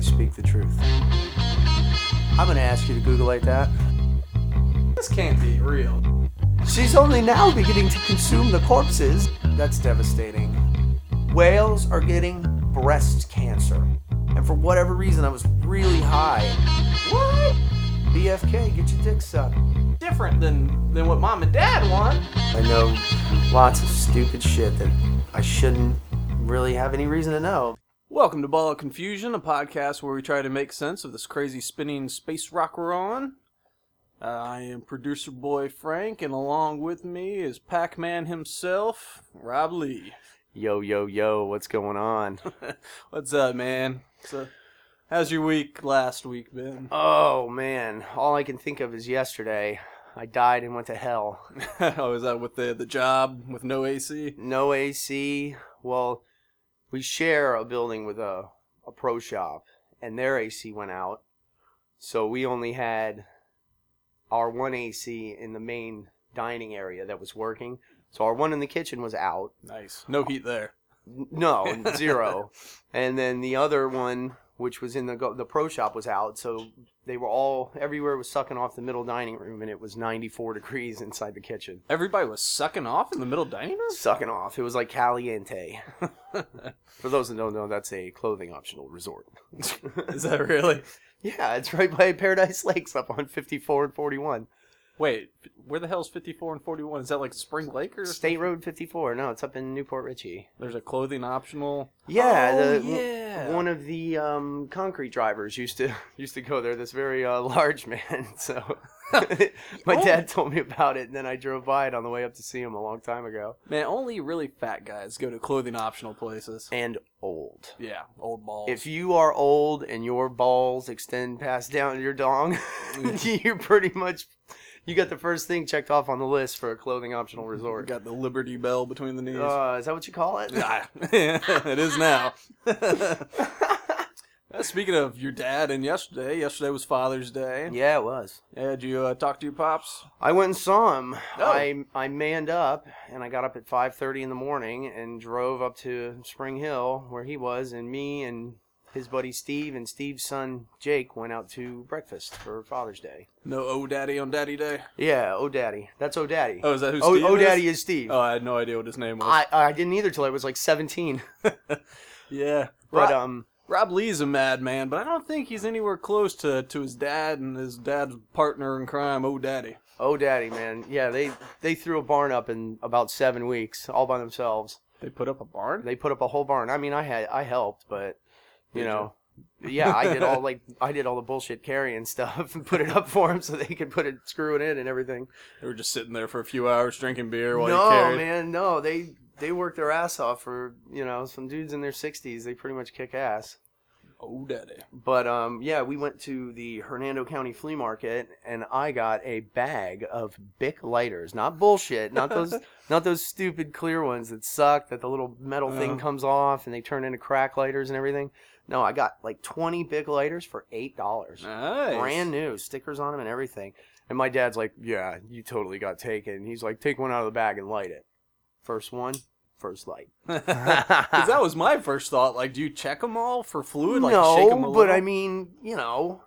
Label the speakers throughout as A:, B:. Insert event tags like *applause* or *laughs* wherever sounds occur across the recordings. A: speak the truth. I'm gonna ask you to Google like that.
B: This can't be real.
A: She's only now beginning to consume the corpses. That's devastating. Whales are getting breast cancer. And for whatever reason, I was really high.
B: What?
A: BFK, get your dick sucked.
B: Different than than what mom and dad want.
A: I know lots of stupid shit that I shouldn't really have any reason to know.
B: Welcome to Ball of Confusion, a podcast where we try to make sense of this crazy spinning space rock we're on. Uh, I am producer boy Frank, and along with me is Pac Man himself, Rob Lee.
A: Yo, yo, yo, what's going on?
B: What's up, man? So, how's your week last week been?
A: Oh man, all I can think of is yesterday. I died and went to hell.
B: *laughs* oh, is that with the the job with no AC?
A: No AC. Well, we share a building with a, a pro shop, and their AC went out. So we only had our one AC in the main dining area that was working. So our one in the kitchen was out.
B: Nice. No heat there.
A: N- No, zero. and then the other one, which was in the go- the pro shop, was out. So they were all everywhere was sucking off the middle dining room, and it was 94 degrees inside the kitchen,
B: Everybody was sucking off in the middle dining room.
A: sucking off. It was like caliente. For those that don't know, that's a clothing optional resort.
B: *laughs*
A: *laughs*
B: Is that really?
A: yeah, it's right by Paradise Lakes, up on 54 and 41,
B: Wait, where the hell's 54 and 41? Is that like Spring Lake or
A: State Road 54. No, it's up in Newport Ritchie.
B: there's a clothing optional?
A: Yeah,
B: Oh,
A: the,
B: yeah.
A: one of the um, concrete drivers used to *laughs* used to go there. This very uh, large *laughs* man. So my
B: Oh.
A: dad told me about it, and then I drove by it on the way up to see him a long time ago.
B: Man, only really fat guys go to clothing optional places.
A: And old.
B: Yeah, old balls.
A: If you are old and your balls extend past down your dong, *laughs* you're pretty much you got the first thing checked off on the list for a clothing optional resort.
B: got the Liberty Bell between the knees. *laughs*
A: Uh, is that what you call it?
B: Ah, *laughs* it is now. *laughs* Uh, Speaking of your dad and yesterday, yesterday was Father's Day.
A: *laughs* yeah, it was.
B: Yeah, did you uh, talk to your pops?
A: I went and saw him.
B: Oh.
A: I I manned up and I got up at 5:30 in the morning and drove up to Spring Hill where he was and me and his buddy Steve and Steve's son Jake went out to breakfast for Father's Day.
B: No, oh daddy on daddy day.
A: Yeah, oh daddy. That's oh daddy.
B: Oh, is that who?
A: oh,
B: Steve
A: oh
B: is?
A: daddy is Steve.
B: Oh, I had no idea what his name was.
A: I I didn't either till I was like 17.
B: yeah,
A: *laughs* But
B: Rob,
A: um
B: Rob Lee's a madman, but I don't think he's anywhere close to to his dad and his dad's partner in crime. Oh, daddy.
A: oh daddy, man. Yeah, they they threw a barn up in about 7 weeks all by themselves.
B: They put up a barn.
A: They put up a whole barn. I mean, I had I helped, but you
B: Did
A: know, yeah, I did all like *laughs* I did all the bullshit carrying stuff and put it up for them so they could put it screw it in and everything.
B: They were just sitting there for a few hours drinking beer while you
A: no,
B: carried.
A: man, no, they they worked their ass off for you know some dudes in their sixties. They pretty much kick ass.
B: Oh, daddy.
A: But um, yeah, we went to the Hernando County Flea Market and I got a bag of Bic lighters. Not bullshit. Not
B: *laughs*
A: those. not those stupid clear ones that suck. That the little metal
B: Uh-huh.
A: thing comes off and they turn into crack lighters and everything. No, I got like twenty Bic lighters for eight dollars.
B: Nice.
A: Brand new stickers on them and everything. And my dad's like, "Yeah, you totally got taken." He's like, "Take one out of the bag and light it." First one, first
B: *laughs*
A: light. *laughs*
B: Because that was my first thought. Like, do you check them all for fluid? Like,
A: no,
B: shake 'em a
A: but I
B: little?
A: mean, you know,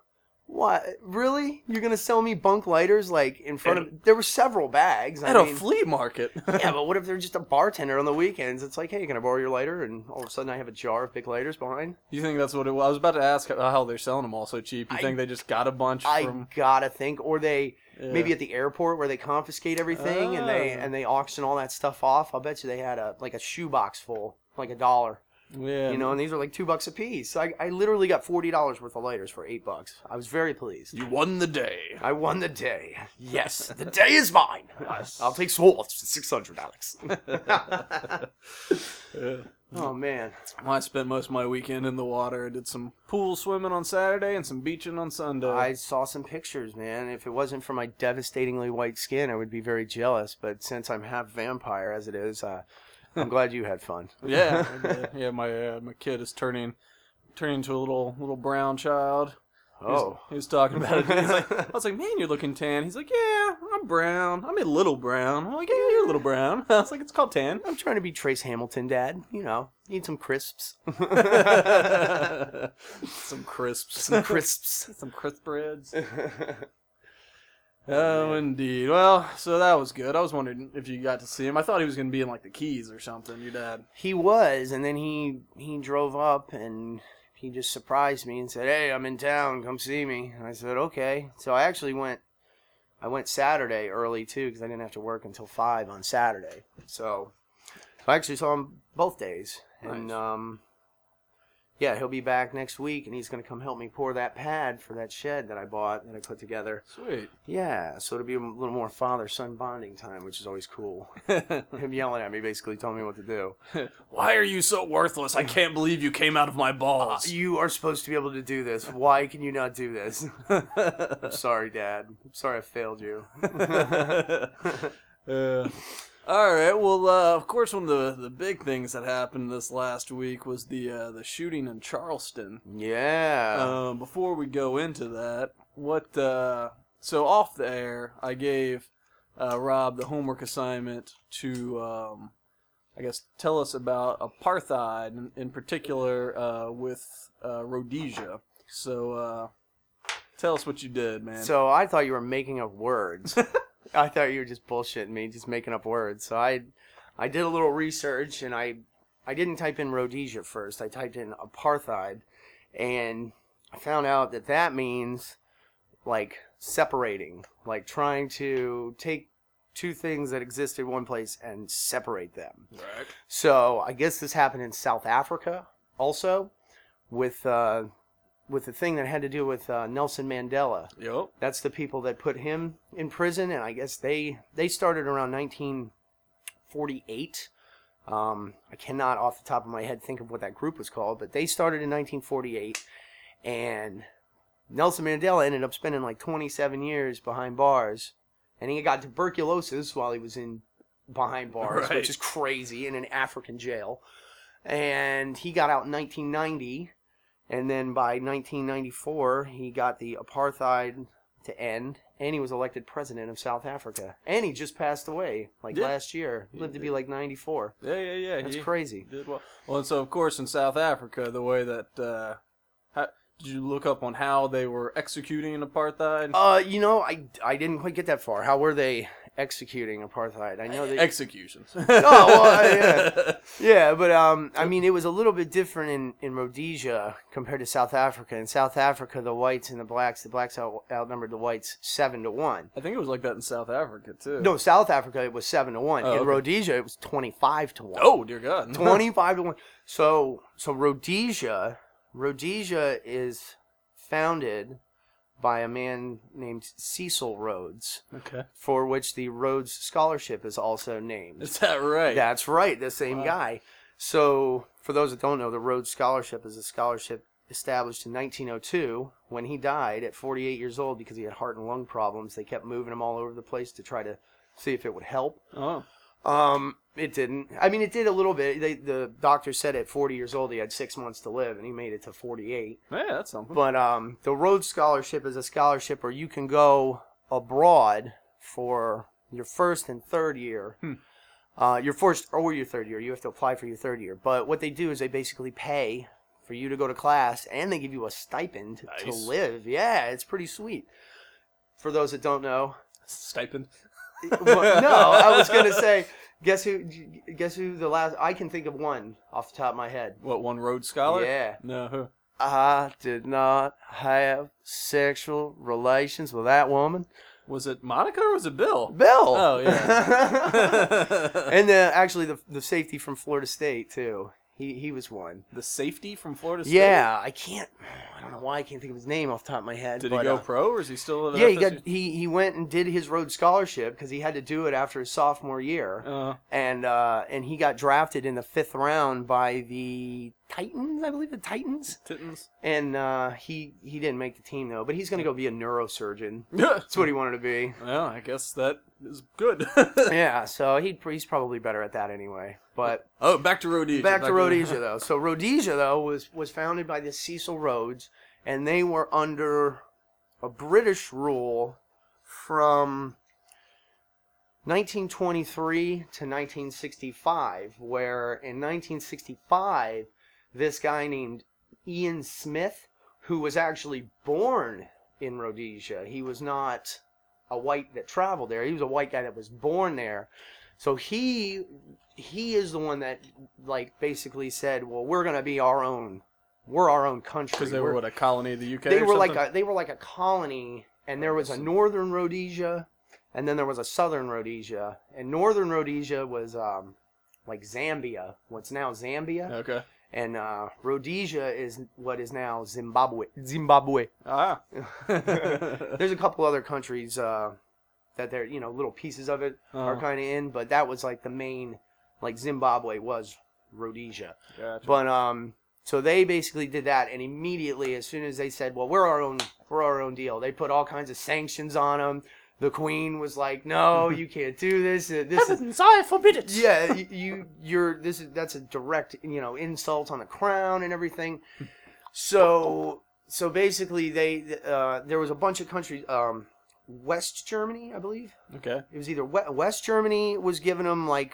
A: what? Really? You're gonna sell me bunk lighters like in front of? There were several bags. I
B: at
A: mean-
B: a flea market. *laughs*
A: yeah, but what if they're just a bartender on the weekends? It's like, hey, can I borrow your lighter? And all of a sudden, I have a jar of big lighters behind.
B: you think that's what it was? I was about to ask how how they're selling them all so cheap. You
A: I-
B: think they just got a bunch
A: I
B: from
A: gotta think, or they
B: yeah.
A: maybe at the airport where they confiscate everything and they
B: Oh.
A: and they auction all that stuff off. I'll bet you they had a like a shoebox full, like a dollar,
B: yeah,
A: you know. And these are like two bucks a piece. So I, I literally got forty dollars worth of lighters for eight bucks. I was very pleased.
B: you won the
A: *laughs*
B: day. *laughs*
A: I won the day. Yes, the day is mine. I'll take Swartz for six hundred, Alex.
B: Yeah.
A: *laughs* oh man.
B: Well, I spent most of my weekend in the water. I did some pool swimming on Saturday and some beaching on Sunday.
A: I saw some pictures, man. If it wasn't for my devastatingly white skin, I would be very jealous. But since I'm half vampire as it is, uh, I'm glad you had *laughs* fun.
B: *laughs* uh, yeah, I did. yeah. My uh, my kid is turning turning into a little little brown child. He was-
A: Oh.
B: he was talking about
A: *laughs*
B: it. He's like, I was like, man, you're looking tan. He's like, yeah, I'm brown. I'm a little brown. I'm like, yeah, you're a little brown. *laughs* I was like, it's
A: *laughs*
B: called tan.
A: I'm trying to be Trace Hamilton, Dad. You know, need some *laughs* crisps.
B: some crisps.
A: some crisps.
B: *laughs* some crisp breads.
A: I
B: Oh, indeed. Well, so that was good. I was wondering if you got to see him. I thought he was going to be in like the Keys or something. Your dad.
A: He was, and then he he drove up and he just surprised me and said, "Hey, I'm in town. Come see me." And I said, "Okay." So I actually went. I went Saturday early too because I didn't have to work until five on Saturday. So I actually saw him both days, and
B: Nice.
A: um, yeah, he'll be back next week, and he's gonna come help me pour that pad for that shed that I bought that I put together.
B: Sweet.
A: Yeah, so it'll be a little more father-son bonding time, which is always cool. *laughs* Him yelling at me, basically telling me what to do.
B: *laughs* Why are you so worthless? I can't believe you came out of my balls.
A: You are supposed to be able to do this. Why can you not do this? *laughs*
B: *laughs*
A: I'm sorry, Dad. I'm sorry I failed you.
B: Uh, all right. Well, uh, of course, one of the, the big things that happened this last week was the uh, the shooting in Charleston.
A: Yeah.
B: Um, before we go into that, what uh, so off the air, I gave uh, Rob the homework assignment to, um, I guess, tell us about apartheid in, in particular uh, with uh, Rhodesia. So uh, tell us what you did, man.
A: so I thought you were making up words. I thought you were just bullshitting me, just making up words. So I, I did a little research, and I, I didn't type in Rhodesia first. I typed in apartheid, and I found out that that means like separating, like trying to take two things that exist in one place and separate them.
B: right.
A: So I guess this happened in South Africa also, with uh, with the thing that had to do with uh, Nelson Mandela.
B: Yep.
A: That's the people that put him in prison, and I guess they they started around 1948. Um, I cannot, off the top of my head, think of what that group was called, but they started in 1948, and Nelson Mandela ended up spending like 27 years behind bars, and he got tuberculosis while he was in behind bars,
B: Right.
A: which is crazy in an African jail. And he got out in 1990, and then by 1994 he got the apartheid to end, and he was elected president of South Africa. And he just passed away like
B: Yeah.
A: last year. Lived to be like 94.
B: Yeah, yeah, yeah.
A: That's
B: he-
A: crazy.
B: Did well. Well, and so of course in South Africa, the way that uh, how, did you look up on how they were executing apartheid?
A: Uh, you know, I, I didn't quite get that far. How were they executing apartheid? I know they
B: Executions. oh
A: well, uh, Yeah, but um, I mean, it was a little bit different in, in Rhodesia compared to South Africa. In South Africa, the whites and the blacks, the blacks out, outnumbered the whites seven to one.
B: *laughs* I think it was like that in South Africa too.
A: No, South Africa it was seven to one.
B: Oh,
A: in
B: okay.
A: Rhodesia, it was twenty five to one.
B: Oh
A: *laughs*
B: dear God.
A: 25 to 1 so so rhodesia rhodesia is founded by a man named cecil rhodes
B: *laughs* okay.
A: for which the rhodes scholarship is also named
B: Is that right?
A: that's right the same
B: Wow.
A: guy so for those that don't know the rhodes scholarship is a scholarship established in 1902 when he died at 48 years old because he had heart and lung problems they kept moving him all over the place to try to see if it would help
B: Oh.
A: um, it didn't. I mean, it did a little bit. They, the doctor said at 40 years old he had six months to live, and he made it to 48.
B: Yeah, that's something.
A: But um, the Rhodes Scholarship is a scholarship where you can go abroad for your first and third year.
B: Hmm.
A: Uh, your first or your third year, you have to apply for your third year. But what they do is they basically pay for you to go to class, and they give you a stipend to
B: Nice.
A: live. Yeah, it's pretty sweet. For those that don't know,
B: Stipend.
A: well, no, I was
B: *laughs*
A: gonna say, guess who? Guess who? The last I can think of one off the top of my head.
B: What one Rhodes scholar?
A: Yeah,
B: No. who?
A: I did not have sexual relations with that woman,
B: Was it Monica or was it Bill?
A: Bill.
B: Oh, *laughs*
A: yeah.
B: the
A: *laughs* and then actually the the safety from Florida State too. He he was one.
B: safety from Florida State.
A: Yeah, I can't. I don't know why I can't think of his name off the top of my head.
B: Did
A: but,
B: he go
A: uh,
B: pro or is he still? At
A: yeah, he
B: FSU?
A: got he he went and did his Rhodes Scholarship because he had to do it after his sophomore year.
B: Uh,
A: and uh, and he got drafted in the fifth round by the Titans, I believe the Titans.
B: Tittens.
A: And uh, he he didn't make the team though, but he's gonna go be a neurosurgeon. That's
B: well,
A: what he wanted to be.
B: I guess that is good. *laughs*
A: Yeah, so he he's probably better at that anyway. But
B: oh, back to Rhodesia. *laughs*
A: back to Rhodesia though. So Rhodesia though was was founded by this Cecil Rhodes, and they were under a British rule from 1923 to 1965, where in 1965, this guy named Ian Smith, who was actually born in Rhodesia, he was not a white that traveled there. He was a white guy that was born there. So he he is the one that like basically said, "Well, we're going to be our own. We're our own country."
B: Because they were
A: We're-
B: what a colony of the UK.
A: they
B: or
A: were like
B: something?
A: a they were like a colony, and there was a northern Rhodesia, and then there was a southern Rhodesia, and northern Rhodesia was um, like Zambia, what's now Zambia,
B: okay.
A: and uh, Rhodesia is what is now Zimbabwe. Zimbabwe. *laughs*
B: Ah.
A: There's a couple other countries uh, that they're you know little pieces of it are
B: Uh,
A: kind of in, but that was like the main like Zimbabwe was Rhodesia.
B: gotcha.
A: But um, so they basically did that, and immediately, as soon as they said, "Well, we're our own, we're our own deal," they put all kinds of sanctions on them. The queen was like, "No, you can't do this. Uh, This is
B: I forbid it.
A: yeah, y- you you're this is that's a direct you know insult on the crown and everything." So so basically, they uh, there was a bunch of countries. Um, West Germany, I believe
B: Okay.
A: it was either we- West Germany was giving them like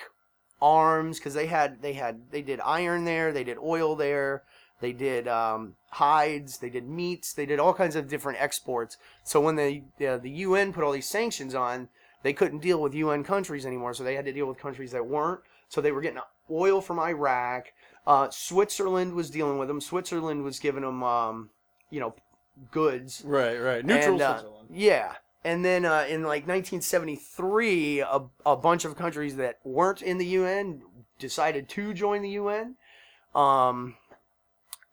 A: arms because they had they had they did iron there, they did oil there, they did um, hides, they did meats, they did all kinds of different exports. So when the uh, the UN put all these sanctions on, they couldn't deal with UN countries anymore, so they had to deal with countries that weren't. So they were getting oil from Iraq. Uh, Switzerland was dealing with them. Switzerland was giving them, um, you know, goods.
B: Right. Right. Neutral
A: And, uh,
B: Switzerland.
A: Yeah. And then uh, in like 1973, a, a bunch of countries that weren't in the UN decided to join the UN. Um,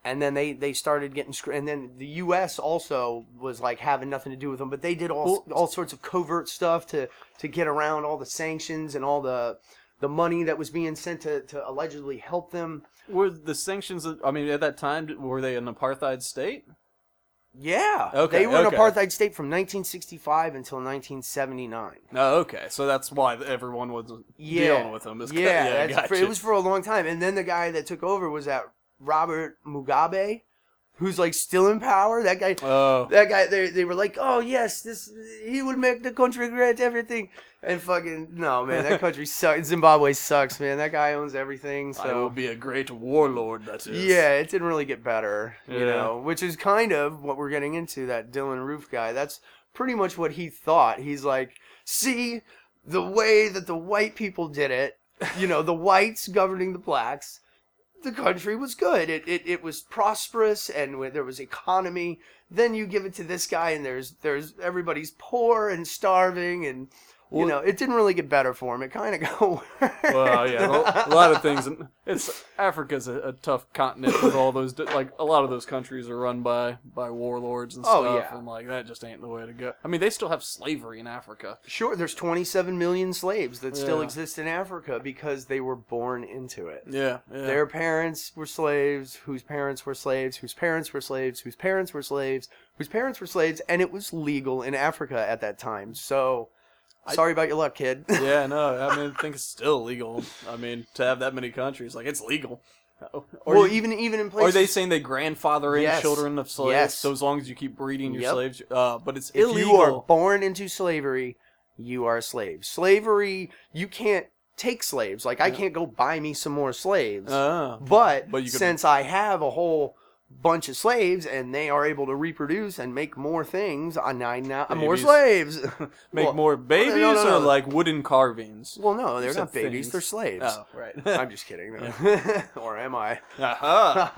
A: and then they, they started getting screwed. And then the US also was like having nothing to do with them, but they did all, all sorts of covert stuff to, to get around all the sanctions and all the, the money that was being sent to, to allegedly help them.
B: Were the sanctions? of- I mean, at that time, were they an apartheid state?
A: Yeah.
B: Okay,
A: They were
B: okay.
A: an apartheid state from 1965 until 1979.
B: Oh, okay. So that's why everyone was dealing with them. It's
A: yeah,
B: *laughs*
A: that's- for- it was for a long time, and then the guy that took over was that Robert Mugabe, who's like still in power. That guy,
B: Oh,
A: that guy, they, they were like, oh yes, this he would make the country great, everything, and fucking no, man,
B: *laughs*
A: that country sucks. Zimbabwe sucks, man. That guy owns everything,
B: I will
A: *laughs* so.
B: be a great warlord. That is.
A: Yeah, it didn't really get better, you
B: Yeah.
A: know, which is kind of what we're getting into. That Dylan Roof guy, that's pretty much what he thought. He's like, see, the way that the white people did it, you know, the whites governing the blacks, the country was good. It it, it was prosperous and where there was economy. Then you give it to this guy, and there's there's everybody's poor and starving and. You
B: Well-
A: know, it didn't really get better for him. It kind of got *laughs* worse. *laughs*
B: Well, yeah, a lot of things. and It's Africa's a, a tough continent with all those di- like a lot of those countries are run by by warlords and stuff,
A: Oh, yeah.
B: and like that just ain't the way to go. I mean, they still have slavery in Africa.
A: Sure, there's 27 million slaves that still
B: Yeah.
A: exist in Africa because they were born into it.
B: Yeah, yeah.
A: Their parents were slaves, whose parents were slaves, whose parents were slaves, whose parents were slaves, whose parents were slaves, and it was legal in Africa at that time. So,
B: I-
A: sorry about your luck, kid.
B: *laughs*
A: *laughs*
B: yeah, no, I mean, I think it's still illegal. I mean, to have that many countries, like it's legal. Or
A: well,
B: you-
A: even even in
B: are
A: places
B: they saying they grandfather in
A: Yes.
B: children of slaves?
A: Yes.
B: So as long as you keep breeding your
A: Yep.
B: slaves, uh, but it's
A: if
B: illegal.
A: you are born into slavery, you are a slave. Slavery, you can't take slaves. Like I
B: Yeah.
A: can't go buy me some more slaves.
B: Ah.
A: But,
B: But you could-
A: since I have a whole bunch of slaves and they are able to reproduce and make more things, I I now more
B: Babies.
A: slaves.
B: *laughs*
A: *laughs*
B: make
A: well,
B: more babies
A: no, no,
B: or
A: no.
B: like wooden carvings.
A: Well, no, they're
B: said
A: not babies;
B: things.
A: they're slaves.
B: Oh, right.
A: *laughs*
B: *laughs*
A: I'm just kidding, *laughs* or am I?
B: Aha.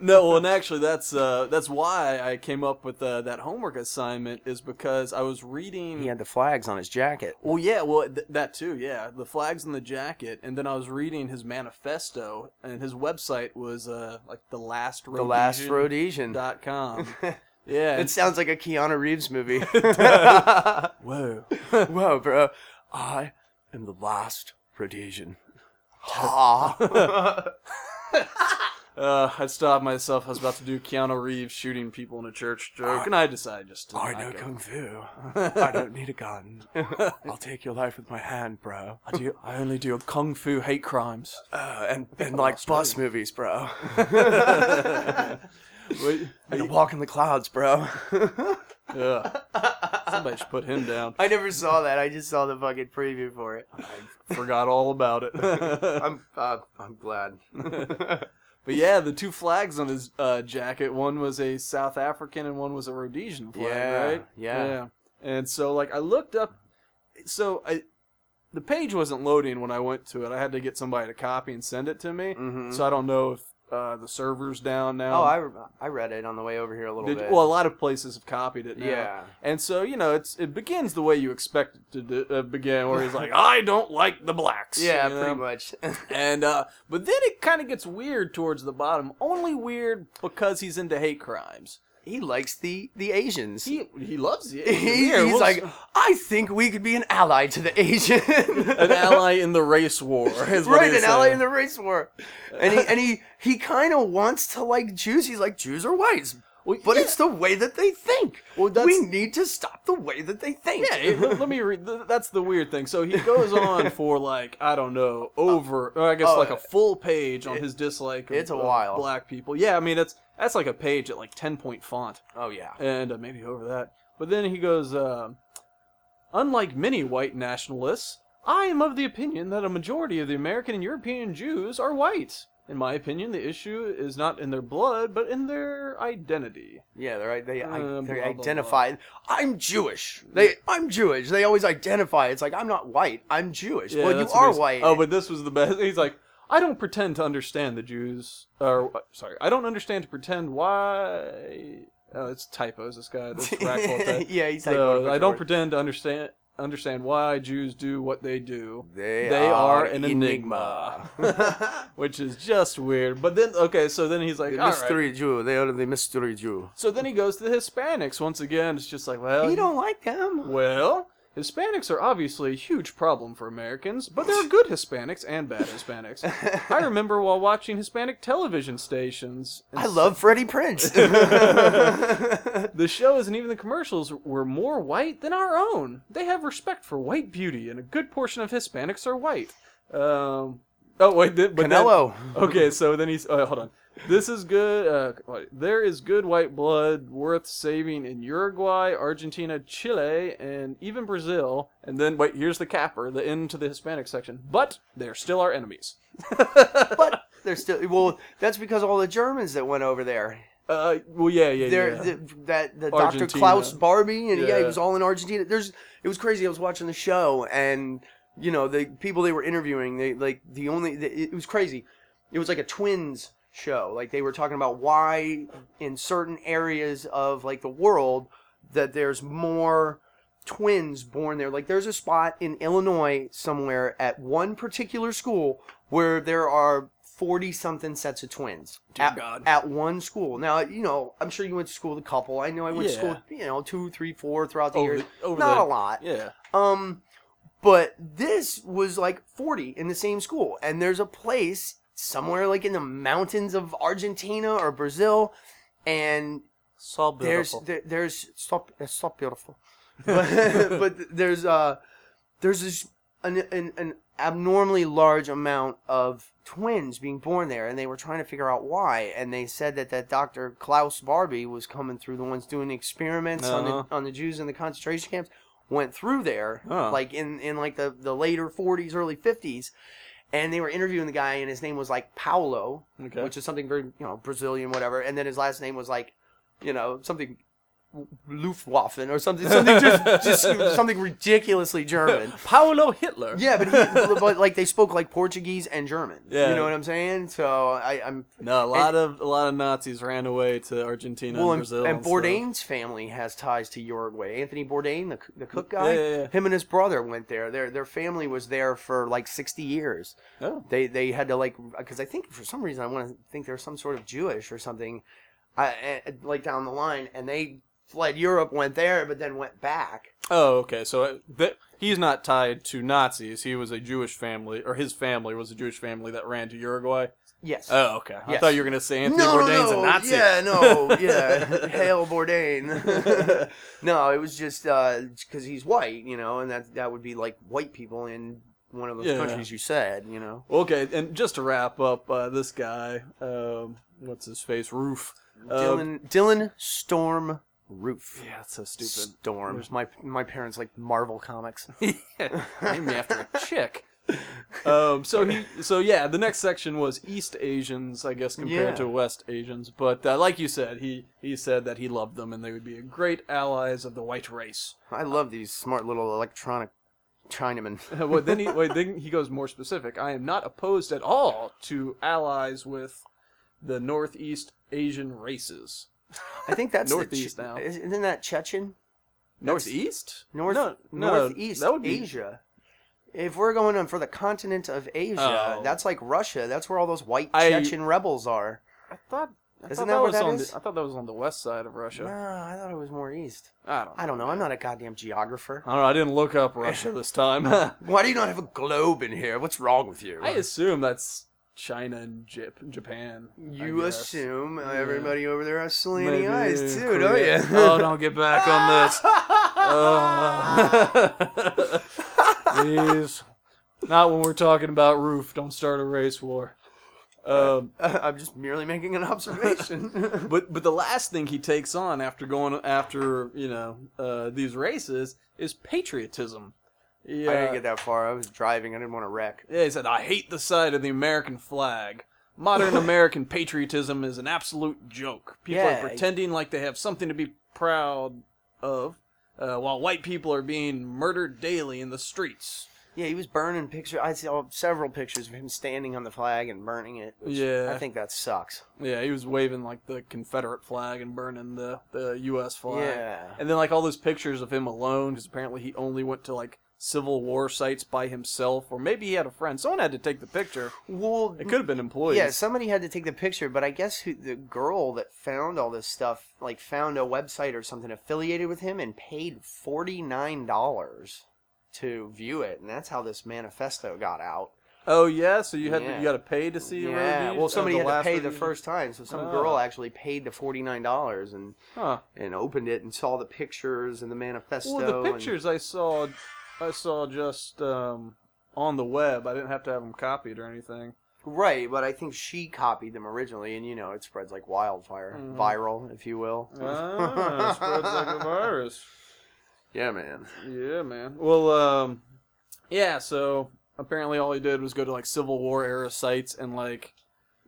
B: No, well, and actually, that's uh, that's why I came up with uh, that homework assignment is because I was reading.
A: *laughs* he had the flags on his jacket.
B: Well, yeah, well, th- that too, yeah. The flags in the jacket, and then I was reading his manifesto, and his website was uh, like the last
A: The last Rhodesian.
B: dot *laughs* com. Yeah.
A: it
B: and-
A: sounds like a Keanu Reeves
B: *laughs*
A: movie. *laughs*
B: whoa.
A: Whoa, bro! I am the last Rhodesian.
B: *laughs*
A: Ha!
B: Uh, I stopped myself. I was about to do Keanu Reeves shooting people in a church joke,
A: I-
B: and I decided just to.
A: I
B: not
A: know
B: go.
A: kung *laughs* fu. I don't need a gun. I'll take your life with my hand, bro.
B: I do. I only do kung fu hate crimes.
A: *laughs* Uh, and and like *laughs*
B: Australian.
A: bus movies, bro.
B: Wait,
A: I can walk in the clouds, bro.
B: Ugh. somebody should put him down.
A: *laughs* I never saw that. I just saw the fucking preview for it.
B: I forgot all about it.
A: *laughs*
B: *laughs*
A: I'm uh, I'm *laughs* glad.
B: but yeah, the two flags on his uh, jacket one was a South African and one was a Rhodesian flag,
A: Yeah,
B: right?
A: yeah.
B: And so, like, I looked up. So, I. The page wasn't loading when I went to it. I had to get somebody to copy and send it to me.
A: Mhm.
B: So I don't know if uh, the server's down now.
A: Oh, I, I read it on the way over here a little
B: Did-
A: bit.
B: well, a lot of places have copied it now.
A: yeah.
B: And so, you know, it's it begins the way you expect it to do, uh, begin, where he's like, I don't like the blacks.
A: Yeah,
B: you know?
A: pretty much. *laughs*
B: And, uh, but then it kind of gets weird towards the bottom. Only weird because he's into hate crimes.
A: he likes the the Asians.
B: He, he loves
A: *laughs*
B: you.
A: He-
B: *laughs*
A: he's like, I think we could be an ally to the Asian.
B: an ally in the race war.
A: *laughs*
B: Is what
A: right,
B: he's
A: an ally
B: saying.
A: in the race war. And he and he he kind of wants to like Jews. He's like Jews are whites.
B: Well,
A: But
B: yeah.
A: it's the way that they think.
B: Well, that's-
A: we need to stop the way that they think.
B: Yeah, it- let, let me read. th- That's the weird thing. So he
A: *laughs*
B: goes on for like I don't know over, or I guess
A: oh,
B: like a full page on his dislike. Of,
A: it's a
B: of
A: while.
B: Black people. Yeah, I mean that's that's like a page at like ten point font,
A: *laughs* oh yeah.
B: and uh, maybe over that. But then he goes, uh, unlike many white nationalists, I am of the opinion that a majority of the American and European Jews are white. In my opinion, the issue is not in their blood, but in their identity.
A: Yeah, they're, they I,
B: Uh,
A: they
B: blah, blah,
A: identify. I'm Jewish. They, I'm Jewish. They always identify. It's like I'm not white. I'm Jewish.
B: Yeah,
A: well, you
B: that's
A: are
B: amazing.
A: white.
B: Oh,
A: *laughs*
B: but this was the best. *laughs* He's like, I don't pretend to understand the Jews. Or uh, sorry, I don't understand to pretend why. Oh, it's typos. This guy.
A: *laughs*
B: This rackhole type.
A: yeah, he's
B: so,
A: like,
B: I don't pretend to understand understand why Jews do what they do,
A: They,
B: They
A: are
B: are an enigma.
A: *laughs*
B: *laughs*
A: enigma.
B: which is just weird. But then, okay, so then he's like,
A: the
B: all right.
A: mystery Jew. They are the mystery Jew.
B: So then he goes to the Hispanics once again. It's just like, well,
A: You don't like them.
B: Well, Hispanics are obviously a huge problem for Americans, but there are good Hispanics and bad Hispanics.
A: *laughs*
B: I remember while watching Hispanic television stations. and
A: *laughs* I love Freddie *laughs* Prince.
B: the shows and even the commercials were more white than our own. They have respect for white beauty, and a good portion of Hispanics are white. Um, oh wait, th- but then-
A: Canelo.
B: okay, so then he's uh, hold on. This is good. Uh, wait, there is good white blood worth saving in Uruguay, Argentina, Chile, and even Brazil. And then wait, here's the capper, the end to the Hispanic section. But they're still our enemies.
A: but they're still well. That's because all the Germans that went over there.
B: Uh, well, yeah, yeah,
A: There,
B: yeah.
A: the, that the Dr.
B: Argentina.
A: Klaus Barbie, and yeah. he
B: Yeah.
A: was all in Argentina. There's, it was crazy. I was watching the show, and you know the people they were interviewing, they like the only, the, it was crazy. It was like a twins show. Like they were talking about why in certain areas of like the world that there's more twins born there. Like there's a spot in Illinois somewhere at one particular school where there are 40 something sets of twins
B: Dear
A: at,
B: God.
A: at one school. Now, you know, I'm sure you went to school with a couple. I know I went to school,
B: Yeah.
A: with, you know, two, three, four throughout the
B: Over
A: years.
B: the- over
A: Not
B: the-
A: a lot.
B: yeah.
A: Um, but this was like 40 in the same school, and there's a place somewhere like in the mountains of Argentina or Brazil, and
B: So
A: there's there, there's stop it's so beautiful,
B: *laughs*
A: but, *laughs* but there's uh there's this an, an an abnormally large amount of twins being born there, and they were trying to figure out why, and they said that that Dr. Klaus Barbie was coming through the ones doing the experiments
B: Uh-huh.
A: on the on the Jews in the concentration camps went through there
B: Huh.
A: like in in like the the later 40s early 50s and they were interviewing the guy and his name was like Paulo
B: Okay.
A: which is something very you know Brazilian whatever, and then his last name was like, you know, something Luftwaffen or something, something
B: *laughs*
A: just, just something ridiculously German.
B: Paolo Hitler.
A: Yeah, but he, but like they spoke like Portuguese and German.
B: Yeah.
A: you know what I'm saying. So I, I'm
B: *laughs* No, a lot of a lot of Nazis ran away to Argentina
A: well,
B: and
A: and,
B: Brazil.
A: and
B: stuff.
A: Bourdain's family has ties to Uruguay. Anthony Bourdain, the, c- the cook guy,
B: Yeah, yeah, yeah.
A: him and his brother went there. Their their family was there for like 60 years.
B: Oh.
A: they they had to like because I think for some reason I want to think they're some sort of Jewish or something, I, eh, like down the line, and they fled Europe, went there, but then went back.
B: Oh, okay. So uh, th- he's not tied to Nazis. He was a Jewish family, or his family was a Jewish family that ran to Uruguay.
A: Yes.
B: Oh, okay. I
A: Yes.
B: thought you were gonna say Anthony
A: no, no,
B: Bourdain's
A: no.
B: a Nazi.
A: Yeah, *laughs* no, yeah.
B: *laughs*
A: Hail Bourdain. *laughs* no, it was just uh, because he's white, you know, and that that would be like white people in one of those
B: Yeah.
A: countries you said, you know.
B: Okay, and just to wrap up, uh, this guy, um, what's his face, Roof.
A: Dylan Dylan Storm Roof.
B: Yeah, that's so stupid.
A: Storm. My my parents like Marvel comics.
B: *laughs* yeah, named
A: *laughs*
B: me after *laughs* a chick. Um, so he, so yeah, the next section was East Asians, I guess, compared
A: Yeah.
B: to West Asians. But uh, like you said, he he said that he loved them and they would be great allies of the white *laughs* race.
A: I love these smart little electronic Chinamen.
B: well, then he well, then he goes more specific. I am not opposed at all to allies with the Northeast Asian races.
A: I think that's
B: Northeast
A: the, Che-
B: now.
A: Isn't that Chechen?
B: Northeast?
A: North
B: no, no,
A: Northeast
B: that would be,
A: Asia. If we're going on for the continent of Asia,
B: Oh.
A: that's like Russia. That's where all those white
B: I-
A: Chechen rebels are.
B: I thought. I
A: Isn't
B: thought
A: that where
B: was
A: that
B: on
A: is?
B: The, I thought that was on the west side of Russia.
A: No, I thought it was more east.
B: I don't.
A: I don't know. I'm not a goddamn geographer.
B: I don't know. I didn't look up
A: *laughs*
B: Russia this time. *laughs*
A: Why do you not have a globe in here? What's wrong with you?
B: I assume that's China and Jap- Japan. I
A: you
B: guess.
A: assume
B: Yeah.
A: everybody over there has
B: Maybe
A: slanty eyes too,
B: Korea.
A: don't you?
B: *laughs* oh, don't get back on
A: *laughs*
B: this. Oh. *laughs* Please. Not when we're talking about roof. Don't start a race war. Um,
A: *laughs* I'm just merely making an *laughs*
B: *laughs*
A: observation.
B: but but the last thing he takes on after going after you know uh, these races is patriotism. Yeah,
A: I didn't get that far. I was driving. I didn't want to wreck.
B: Yeah, he said, I hate the sight of the American flag.
A: *laughs*
B: Modern American patriotism is an absolute joke. People
A: Yeah.
B: are pretending like they have something to be proud of, uh, while white people are being murdered daily in the streets.
A: Yeah, he was burning pictures. I saw several pictures of him standing on the flag and burning it. which
B: Yeah.
A: I think that sucks.
B: Yeah, he was waving like the Confederate flag and burning the, the U.S. flag.
A: Yeah.
B: And then like all those pictures of him alone, because apparently he only went to like Civil War sites by himself, or maybe he had a friend. Someone had to take the picture.
A: Well,
B: It could have been employees.
A: yeah, somebody had to take the picture, but I guess who, the girl that found all this stuff, like, found a website or something affiliated with him and paid forty nine dollars to view it, and that's how this manifesto got out.
B: Oh yeah, so you had
A: Yeah.
B: to, you got to pay to see. a
A: yeah.
B: review
A: Well,
B: of
A: somebody
B: Oh, the
A: had to
B: last
A: pay the
B: review?
A: first time, so some
B: Oh.
A: girl actually paid the forty nine dollars and
B: Huh.
A: and opened it and saw the pictures and the manifesto.
B: Well, the
A: and-
B: pictures I saw, I saw just um, on the web. I didn't have to have them copied or anything.
A: Right, but I think she copied them originally, and you know it spreads like wildfire,
B: Mhm.
A: viral, if you will.
B: Ah, spreads like a virus.
A: *laughs* Yeah, man.
B: Yeah, man. Well, um, yeah. So apparently, all he did was go to like Civil War era sites and like.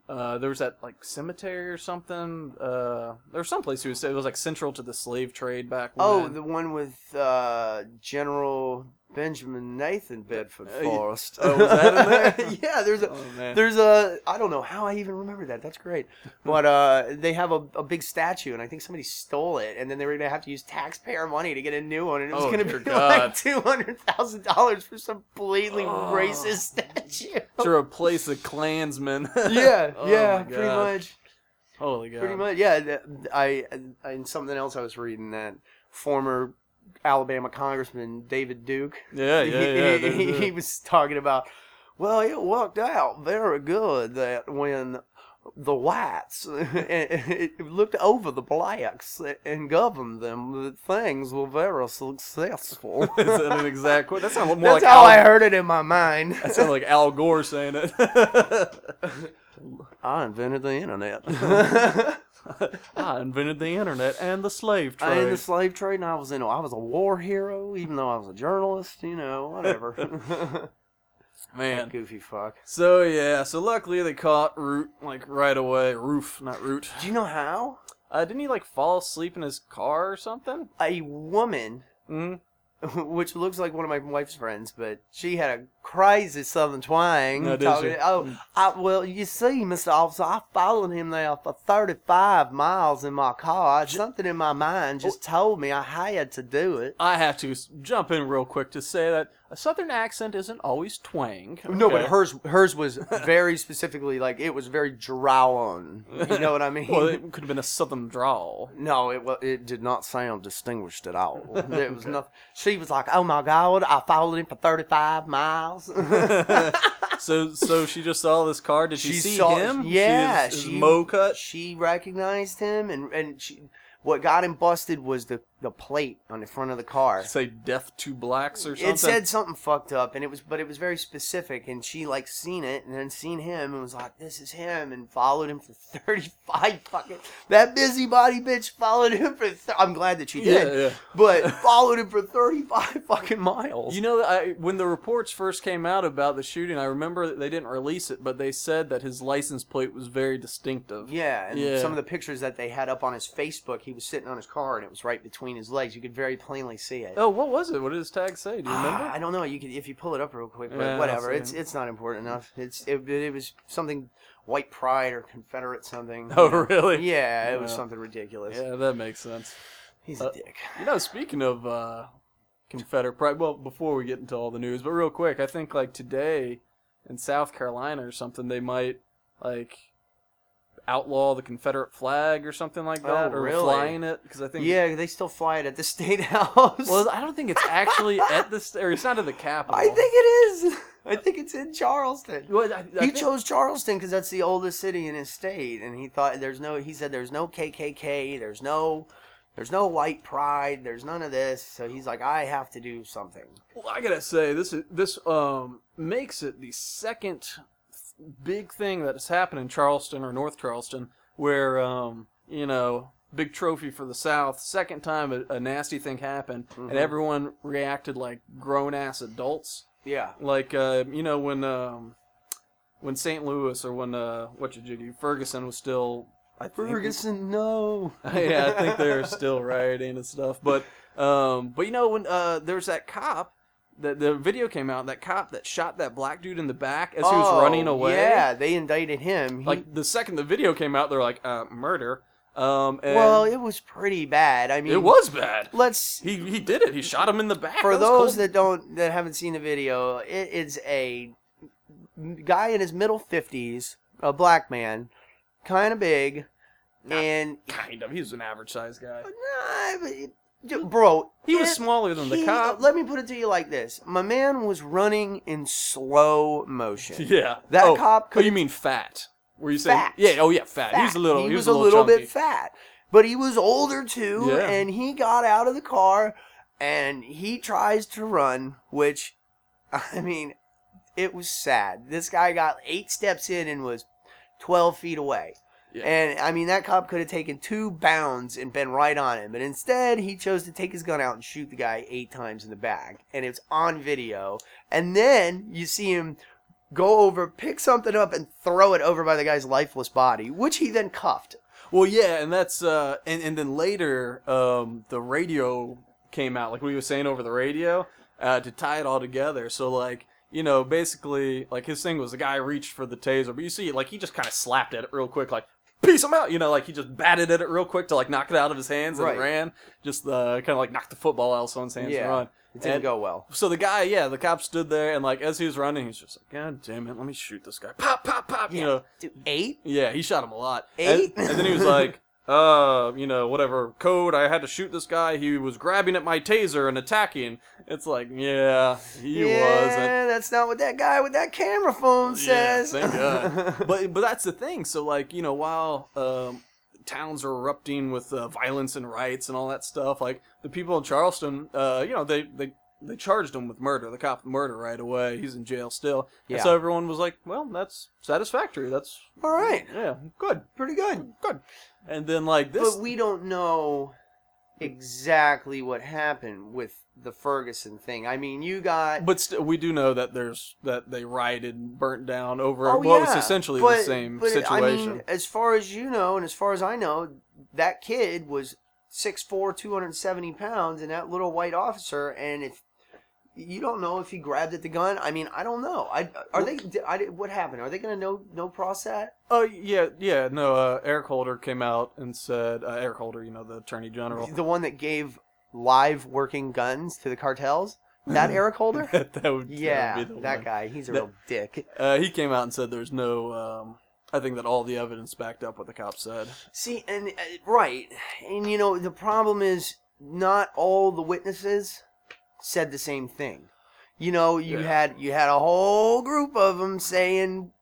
B: Uh, there was that like cemetery or something. Uh, there was some place he was. It was like central to the slave trade back. When.
A: Oh, the one with uh, General Benjamin Nathan Bedford
B: Uh, y-
A: Forrest.
B: oh, was that in there?
A: *laughs* yeah, there's a.
B: oh, man.
A: There's a I don't know how I even remember that. That's
B: *laughs*
A: great, but uh, they have a, a big statue, and I think somebody stole it, and then they were gonna have to use taxpayer money to get a new one, and it was
B: Oh,
A: gonna
B: dear
A: be
B: God.
A: *laughs* like two hundred thousand dollars for some blatantly
B: Oh.
A: racist statue.
B: *laughs* to replace the Klansman.
A: *laughs*
B: *laughs*
A: yeah,
B: Oh
A: yeah,
B: my
A: pretty
B: God.
A: much,
B: Holy God.
A: pretty much. Yeah, th- I and something else I was reading that former Alabama Congressman David Duke.
B: *laughs* Yeah, yeah, yeah.
A: he, he- he was talking about. Well, it worked out very good that when the whites *laughs* looked over the blacks and governed them, that things were very
B: *laughs*
A: successful.
B: *laughs*
A: *laughs*
B: That's an exact quote. That sounded uh, more
A: That's
B: like
A: how
B: Al, *laughs*
A: I heard it in my mind.
B: That sounded like Al Gore saying it.
A: *laughs*
B: *laughs*
A: I invented the
B: *laughs*
A: internet. *laughs*
B: I invented the internet and the slave trade.
A: I in the slave trade, and I was in. I was a war hero, even though I was a journalist. You know, whatever. *laughs*
B: Man.
A: Goofy fuck.
B: So yeah, so luckily they caught Root like right away. Roof, not Root.
A: Do you know how
B: Uh, didn't he like fall asleep in his car or something?
A: a woman,
B: Mm-hmm.
A: *laughs* which looks like one of my wife's friends, but she had a crazy southern twang.
B: No, did
A: talking-
B: she?
A: Oh, I, well, you see, Mister Officer, I followed him there for thirty-five miles in my car. Something in my mind just told me I had to do it.
B: I have to s- jump in real quick to say that a southern accent isn't always twang.
A: No, but
B: okay?
A: hers hers was *laughs* very specifically like it was very drown. You know what I mean?
B: Well, it could have been a southern drawl.
A: No, it was, it did not sound distinguished at *laughs* all. There was nothing. She was like, "Oh my God, I followed him for thirty-five *laughs* miles."
B: So, so she just saw this car. Did she, see him?
A: Yeah,
B: she, his
A: she
B: mo cut.
A: She recognized him, and and she, what got him busted was the the plate on the front of the car.
B: Say death to blacks or something.
A: It said something fucked up, and it was, but it was very specific. And she like seen it, and then seen him, and was like, "This is him," and followed him for *laughs* thirty five fucking. That busybody bitch followed him for. Th- I'm glad that she
B: yeah,
A: did,
B: yeah.
A: but followed him for thirty five *laughs* fucking miles.
B: You know, I, when the reports first came out about the shooting, I remember that they didn't release it, but they said that his license plate was very distinctive.
A: yeah, and
B: Yeah.
A: some of the pictures that they had up on his Facebook, he was sitting on his car, and it was right between his legs. You could very plainly see it.
B: Oh, what was it? What did his tag say? Do you remember?
A: Ah, I don't know. You could if you pull it up real quick, but
B: Yeah, I'll
A: whatever.
B: see.
A: It's it's not important enough. It's it, it was something white pride or Confederate something.
B: *laughs* oh, really?
A: Yeah, it was
B: Yeah.
A: something ridiculous.
B: Yeah, that makes sense.
A: He's a
B: Uh,
A: dick.
B: You know, speaking of uh, Confederate pride, well, before we get into all the news, but real quick, I think like today in South Carolina or something, they might like outlaw the Confederate flag or something like that,
A: Oh,
B: or
A: really?
B: flying it because I think
A: Yeah, they still fly it at the state *laughs* house.
B: Well, I don't think it's actually at the st- or it's not at the Capitol.
A: I think it is. I think it's in Charleston.
B: Well, I- I
A: He
B: think-
A: chose Charleston because that's the oldest city in his state, and he thought there's no. He said there's no KKK. There's no. There's no white pride. There's none of this. So he's like, I have to do something.
B: Well, I gotta say this is this um makes it the second big thing that has happened in Charleston or North Charleston, where um you know big trophy for the South. Second time a, a nasty thing happened,
A: Mhm.
B: and everyone reacted like grown ass adults.
A: Yeah.
B: Like uh, you know when um when St. Louis or when uh what you jiggy Ferguson was still I think-
A: no.
B: *laughs* yeah, I think they're still rioting and stuff. But um, but you know when uh, there's that cop that the video came out, that cop that shot that black dude in the back as he was running away.
A: Oh, Yeah, they indicted him. He-
B: Like the second the video came out, they're like uh, murder. Um, and
A: well, it was pretty bad. I mean,
B: it was bad.
A: Let's
B: He he did it. He shot him in the back.
A: for
B: That
A: those
B: was cold.
A: that don't that haven't seen the video, it is a guy in his middle fifties, a black man, kind of big,
B: Nah.
A: and
B: kind of he was an average sized guy.
A: Nah, but it- j- bro,
B: He was
A: it-
B: smaller than the
A: he-
B: cop.
A: Let me put it to you like this: my man was running in slow motion.
B: *laughs* Yeah,
A: That
B: oh,
A: cop
B: Oh,
A: could
B: you mean fat? Were you saying?
A: Fat.
B: Yeah. Oh yeah, fat. He was
A: fat.
B: a little.
A: He was a little
B: chunky.
A: bit fat, but he was older too,
B: Yeah.
A: and he got out of the car and he tries to run, which, *laughs* I mean, it was sad. This guy got eight steps in and was twelve feet away.
B: Yeah.
A: And I mean that cop could have taken two bounds and been right on him, but instead he chose to take his gun out and shoot the guy eight times in the back, and it's on video. And then you see him go over, pick something up, and throw it over by the guy's lifeless body, which he then cuffed.
B: Well, yeah, and that's uh, and and then later, um, the radio came out, like we were saying over the radio, uh, to tie it all together. So like, you know, basically, like his thing was the guy reached for the taser, but you see, like he just kind of slapped at it real quick, like peace him out, you know, like he just batted at it real quick to like knock it out of his hands and
A: Right.
B: ran, just uh, kind of like knocked the football out of someone's hands
A: Yeah.
B: and run.
A: It didn't
B: And-
A: go well.
B: So the guy, yeah, the cop stood there and like as he was running, he's just like, God damn it, let me shoot this guy, pop, pop, pop, you
A: Yeah.
B: know.
A: Dude, eight?
B: Yeah, he shot him a lot.
A: Eight?
B: And, and then he
A: *laughs*
B: was like, uh, you know, whatever code, I had to shoot this guy. He was grabbing at my taser and attacking. It's like, yeah, he
A: yeah,
B: wasn't.
A: that's not what that guy with that camera phone
B: Yeah,
A: says. *laughs*
B: thank God. But but that's the thing. So like, you know, while um, towns are erupting with uh, violence and riots and all that stuff, like the people in Charleston, uh, you know, they they they charged him with murder. The cop with murder right away. He's in jail still. And
A: Yeah.
B: so everyone was like, well, that's satisfactory. That's
A: All right,
B: yeah, good.
A: pretty good.
B: good. And then like this,
A: But we don't know exactly what happened with the Ferguson thing. I mean, you got.
B: but st- we do know that there's that they rioted and burnt down over
A: Oh,
B: what was
A: yeah.
B: essentially the
A: But-
B: same
A: but,
B: situation.
A: I mean, as far as you know, and as far as I know, that kid was 6'4", 270 pounds, and that little white officer. And if you don't know if he grabbed at the gun, I mean, I don't know. I are they? di- I, what happened? Are they going to no no process that?
B: oh yeah, yeah. No, uh, Eric Holder came out and said uh, Eric Holder, you know, the Attorney General.
A: The one that gave live working guns to the cartels.
B: *laughs*
A: That Eric Holder.
B: that, that would
A: yeah,
B: would be the
A: that
B: one.
A: guy. He's a
B: That-
A: real dick.
B: Uh, he came out and said there's no. Um, I think that all the evidence backed up what the cops said.
A: See, and uh, right, and you know the problem is not all the witnesses said the same thing. You know, you
B: Yeah.
A: had you had a whole group of them saying,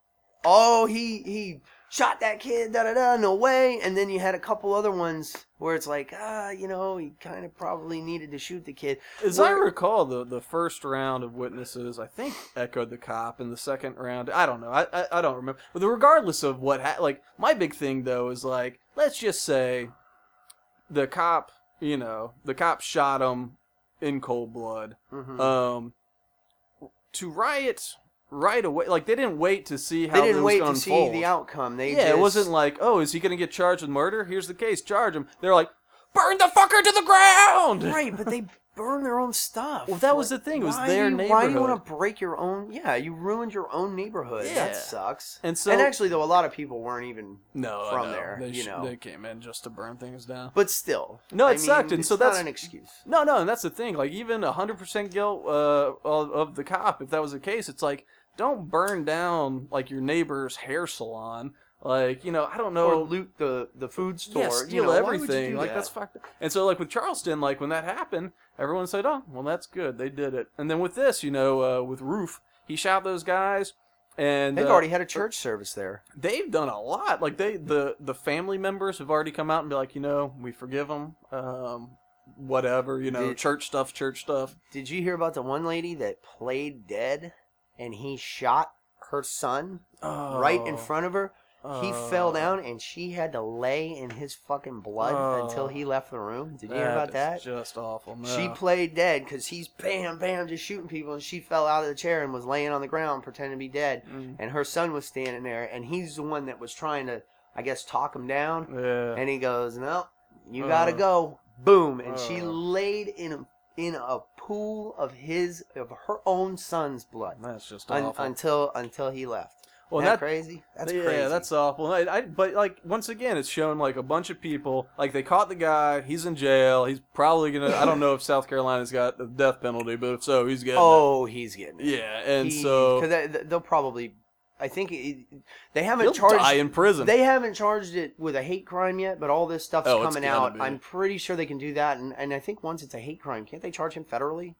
A: "Oh, he he shot that kid, da da da, no way. And then you had a couple other ones where it's like, ah, you know, he kind of probably needed to shoot the kid.
B: As I
A: Where-
B: recall, the the first round of witnesses, I think, echoed the cop, and the second round, I don't know, I I, I don't remember. But regardless of what, ha- like, my big thing though is like, let's just say, the cop, you know, the cop shot him in cold blood.
A: Mhm.
B: Um, to riot right away, like they didn't wait to see how
A: they
B: it
A: didn't
B: was
A: wait
B: gonna
A: to see
B: unfold.
A: the outcome. They
B: yeah, it
A: just-
B: wasn't like, oh, is he gonna get charged with murder? Here's the case, charge him. They're like, burn the fucker to the ground.
A: right, but they burn their own stuff.
B: Well, that was
A: Like,
B: the thing, it was
A: why
B: their
A: do you, Why do you
B: neighborhood.
A: want to break your own? Yeah, you ruined your own neighborhood.
B: Yeah.
A: That sucks.
B: And so
A: and actually, though, a lot of people weren't even.
B: no, I
A: from
B: know.
A: there,
B: They
A: you know.
B: they came in just to burn things down.
A: But still,
B: No, it
A: I mean,
B: sucked, and
A: it's
B: so
A: not
B: that's-
A: an excuse.
B: No, no, and that's the thing. Like even hundred percent guilt uh, of, of the cop, if that was the case, it's like don't burn down like your neighbor's hair salon. Like you know, I don't know.
A: Or loot the the food store.
B: yeah,
A: you
B: steal
A: know, why would you
B: everything.
A: do
B: Like
A: that?
B: that's fucked. up. And so like with Charleston, like when that happened, everyone said, "Oh, well, that's good. They did it." And then with this, you know, uh, with Roof, he shot those guys, and
A: They've
B: uh,
A: already had a church service there.
B: they've done a lot. Like they the the family members have already come out and be like, you know, we forgive them. Um, whatever, you know,
A: Did-
B: church stuff, church stuff.
A: Did you hear about the one lady that played dead, and he shot her son right in
B: Oh,
A: front of her? He
B: oh,
A: fell down, and she had to lay in his fucking blood
B: Oh.
A: until he left the room. Did you hear about
B: is
A: that?
B: Just awful. No.
A: She played dead because he's bam, bam, just shooting people, and she fell out of the chair and was laying on the ground pretending to be dead.
B: Mm,
A: And her son was standing there, and he's the one that was trying to, I guess, talk him down.
B: yeah.
A: And he goes, "No, you
B: Uh.
A: gotta go." Boom, and she
B: Uh.
A: laid in a in a pool of his of her own son's blood
B: That's just
A: un,
B: awful.
A: until until he left.
B: well,
A: Isn't that,
B: that-
A: crazy? That's
B: yeah,
A: crazy.
B: that's awful. I, I, but like once again, it's shown like a bunch of people. Like they caught the guy. He's in jail. He's probably gonna. I don't know if South Carolina's got the death penalty, but if so, he's getting. it.
A: oh, he's getting it.
B: yeah. And
A: He-
B: so
A: 'cause they- they'll probably, I think it, they haven't
B: he'll
A: charged.
B: die in prison.
A: They haven't charged it with a hate crime yet, but all this stuff's
B: Oh, it's
A: coming
B: gotta
A: out.
B: be.
A: I'm pretty sure they can do that, and, and I think once it's a hate crime, can't they charge him federally?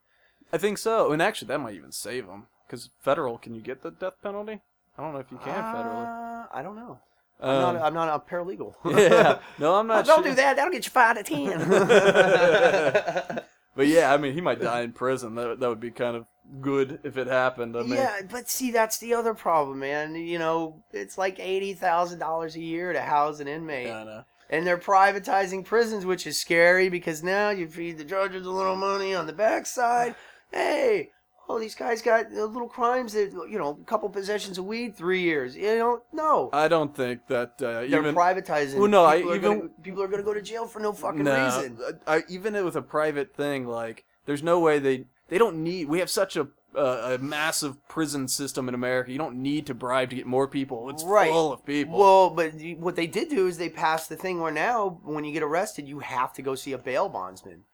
B: I think so. And actually, that might even save him because federal. Can you get the death penalty? I don't know if you can federally.
A: Uh, I don't know. I'm,
B: Um,
A: not, I'm not a paralegal.
B: *laughs*
A: *laughs*
B: yeah. No, I'm
A: Oh,
B: not.
A: don't
B: sure.
A: do that. That'll get you five to
B: *laughs*
A: *laughs* ten.
B: But yeah, I mean, he might die in prison. That that would be kind of good if it happened. I mean,
A: yeah, but see, that's the other problem, man. You know, it's like eighty thousand dollars a year to house an inmate,
B: I know.
A: and they're privatizing prisons, which is scary because now you feed the judges a little money on the backside. Hey, oh, these guys got uh, little crimes that you know, a couple possessions of weed, three years. You know, no,
B: I don't think that uh,
A: they're
B: even
A: privatizing.
B: Well, no, I
A: people are
B: even-
A: gonna, people are gonna go to jail for no fucking
B: No,
A: reason.
B: uh, I, I- even with a private thing, like there's no way they they don't need. We have such a uh, a massive prison system in America. You don't need to bribe to get more people. It's
A: Right.
B: full of people.
A: Well, but y- what they did do is they passed the thing where now, when you get arrested, you have to go see a bail bondsman.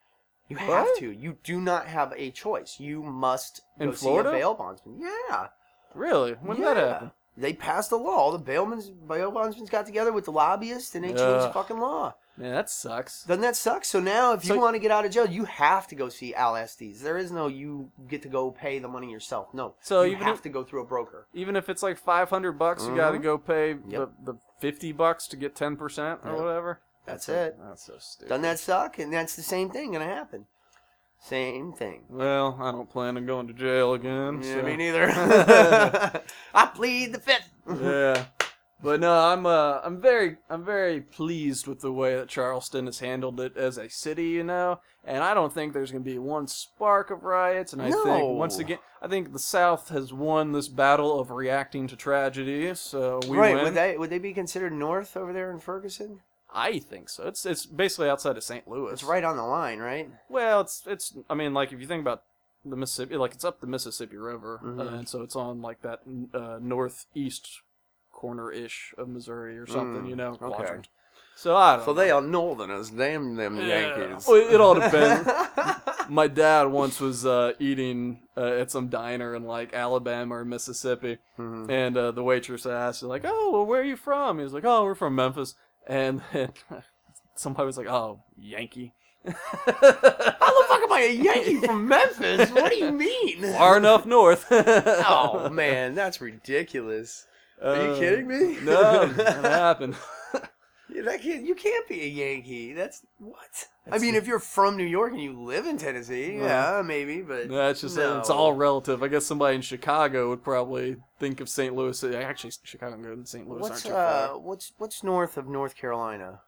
A: You have
B: What?
A: to. You do not have a choice. You must
B: In
A: go
B: Florida?
A: see a bail bondsman. Yeah.
B: really? When did that
A: yeah.
B: happen?
A: They passed a law. All the bailmans, bail bondsmen got together with the lobbyists and they changed the
B: Ugh.
A: fucking law.
B: Man, that sucks.
A: Doesn't that suck? So now, if you
B: So-
A: want to get out of jail, you have to go see Al Estes. There is no you get to go pay the money yourself. No.
B: So
A: you
B: even
A: have
B: if-
A: to go through a broker.
B: Even if it's like five hundred bucks, you got to
A: Mhm.
B: go pay
A: Yep.
B: the, the fifty bucks to get ten percent or
A: Yep.
B: whatever.
A: That's
B: so-
A: it.
B: That's so stupid.
A: Doesn't that suck? And that's the same thing going to happen. Same thing.
B: Well, I don't plan on going to jail again.
A: Yeah,
B: so-
A: me neither.
B: *laughs*
A: I plead the fifth. *laughs*
B: yeah. But no, I'm uh, I'm very I'm very pleased with the way that Charleston has handled it as a city, you know. And I don't think there's going to be one spark of riots. And I
A: No.
B: think once again, I think the South has won this battle of reacting to tragedy. So we
A: right?
B: win.
A: Would they would they be considered north over there in Ferguson?
B: I think so. It's it's basically outside of St. Louis.
A: It's right on the line, right?
B: Well, it's it's. I mean, like if you think about the Mississippi, like it's up the Mississippi River, uh,
A: Mhm.
B: and so it's on like that uh, northeast corner ish of Missouri or something,
A: Mm,
B: you know.
A: okay.
B: quadrant. So I don't. know.
A: are northerners. Damn them
B: Yeah. Well, it all depends. My dad once was uh, eating uh, at some diner in like Alabama or Mississippi,
A: Mhm.
B: and uh, the waitress asked, like, "Oh, well, where are you from?" He was like, "Oh, we're from Memphis," and then *laughs* somebody was like, "Oh, Yankee."
A: *laughs*
B: *laughs*
A: How the fuck am I a Yankee from
B: *laughs*
A: Memphis? What do you mean? *laughs*
B: far enough north. *laughs*
A: oh man, that's ridiculous. Oh, Are you
B: Uh,
A: kidding me? *laughs*
B: No, that happened.
A: Yeah, that can't, you can't be a Yankee. That's what. I
B: That's- Uh-huh.
A: mean, if you're from New York and you live in Tennessee,
B: Well,
A: yeah, maybe. But
B: *laughs* No, it's just it's
A: No.
B: all relative. I guess somebody in Chicago would probably think of St. Louis. uh, Actually, Chicago and St. Louis aren't
A: what's
B: too far.
A: uh, what's what's north of North Carolina?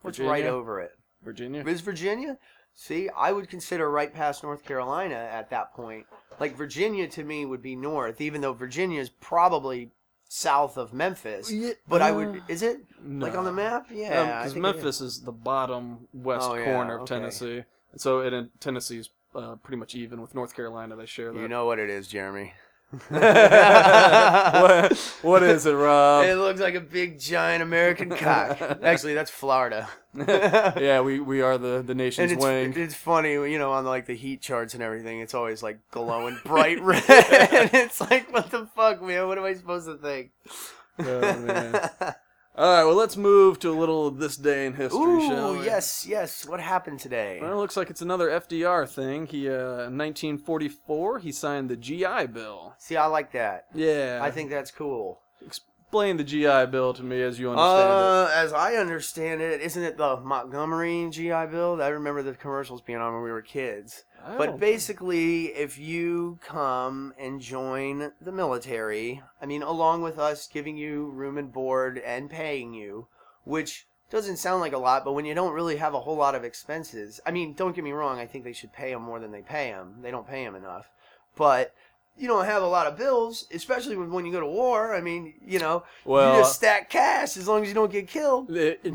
A: What's right
B: Virginia?
A: over it?
B: Virginia.
A: Is Virginia? See, I would consider right past North Carolina at that point. Like Virginia to me would be north, even though Virginia is probably south of Memphis.
B: Yeah,
A: But I
B: uh,
A: would. Is it
B: No.
A: like on the map? Yeah, I
B: because
A: think it is.
B: Memphis is the bottom west
A: Oh, yeah,
B: corner of
A: okay.
B: Tennessee, and so it, and Tennessee's uh, pretty much even with North Carolina. They share that.
A: You know what it is,
B: *laughs*
A: Jeremy. *laughs*
B: what, what
A: *laughs*
B: is it,
A: it
B: Rob?
A: looks like a big giant American
B: *laughs*
A: cock. Actually, that's Florida.
B: yeah, we, we are the, the
A: And
B: nation's
A: it's, *laughs*
B: wing.
A: it's funny, you know, on like the heat charts and everything, it's always like glowing bright red. *laughs* and it's like, what the fuck, man? What am I supposed to think? *laughs*
B: Oh, man. All right, well, let's move to a little this day in history, shall
A: Ooh,
B: we?
A: yes, yes. What happened today?
B: Oh, Well, it looks like it's another FDR thing. He, uh, in 1944, he signed the GI Bill.
A: See, I like that.
B: Yeah.
A: I think that's cool.
B: Explain the GI Bill to me as you understand
A: Uh, as I understand it, isn't it the Montgomery GI Bill? I remember the commercials being on when we were kids.
B: it. Oh. I
A: But
B: don't-
A: basically, if you come and join the military, I mean, along with us giving you room and board and paying you, which doesn't sound like a lot, but when you don't really have a whole lot of expenses, I mean, don't get me wrong, I think they should pay them more than they pay them. They don't pay them enough. But you don't have a lot of bills, especially when, when you go to war. I mean, you know,
B: well, uh,
A: you just stack cash as long as you don't get killed.
B: It, it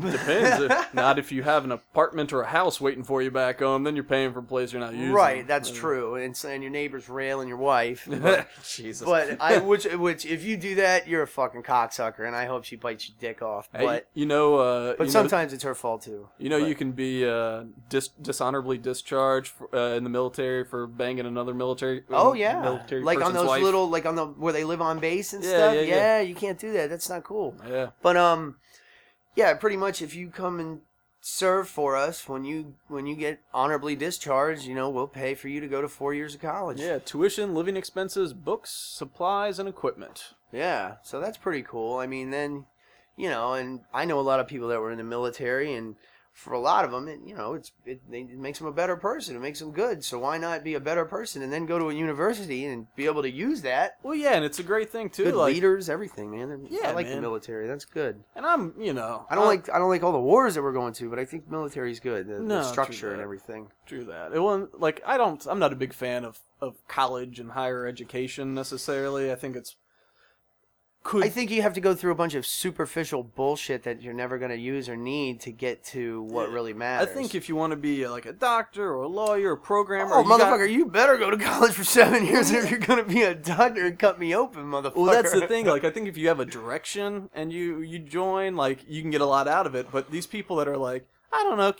A: *laughs*
B: depends. If- not if you have an apartment or a house waiting for you back home, then you're paying for a place you're not using.
A: Right, that's
B: Uh, *laughs*
A: true. And, so- and your neighbor's railing your wife.
B: *laughs* Jesus.
A: But I, which, which, if you do that, you're a fucking cocksucker, and I hope she bites your dick off.
B: Hey,
A: But,
B: you know, uh,
A: but
B: you know,
A: sometimes it's her fault too.
B: you know,
A: but-
B: you can be uh, dis- dishonorably discharged for, uh, in the military for banging another military. um,
A: Oh yeah,
B: military
A: like on
B: person's
A: those
B: wife.
A: little, like on the where they live on base and
B: Yeah,
A: stuff.
B: yeah,
A: Yeah,
B: yeah.
A: you can't do that. That's not cool.
B: Yeah,
A: But um, yeah, pretty much if you come and serve for us when you when you get honorably discharged, you know we'll pay for you to go to four years of college.
B: yeah. Tuition, living expenses, books, supplies, and equipment.
A: Yeah, so that's pretty cool. I mean, then, you know, and I know a lot of people that were in the military, and for a lot of them, it, you know, it's it, they- it makes them a better person. It makes them good. So why not be a better person and then go to a university and be able to use that?
B: Well, yeah, and it's a great thing too.
A: Good
B: like,
A: leaders, everything, man. And
B: Yeah,
A: I like
B: man. Uh,
A: the military. That's good.
B: and I'm, you know,
A: I don't
B: I'm-
A: like I don't like all the wars that we're going to, but I think military's good. The, the
B: No, true
A: structure and
B: that.
A: everything.
B: True that. It wasn't like I don't. I'm not a big fan of of college and higher education necessarily. I think it's could.
A: I think you have to go through a bunch of superficial bullshit that you're never going to use or need to get to what
B: Yeah.
A: really
B: I
A: matters.
B: think if you want to be uh, like a doctor or a lawyer or a programmer,
A: Oh,
B: you got-
A: motherfucker, you better go to *laughs* college for seven years if you're going to be a doctor and cut me open, motherfucker.
B: well,
A: *laughs*
B: that's the thing. Like, I think if you have a direction and you you join, like, you can get a lot out of it. But these people that are like, I don't know,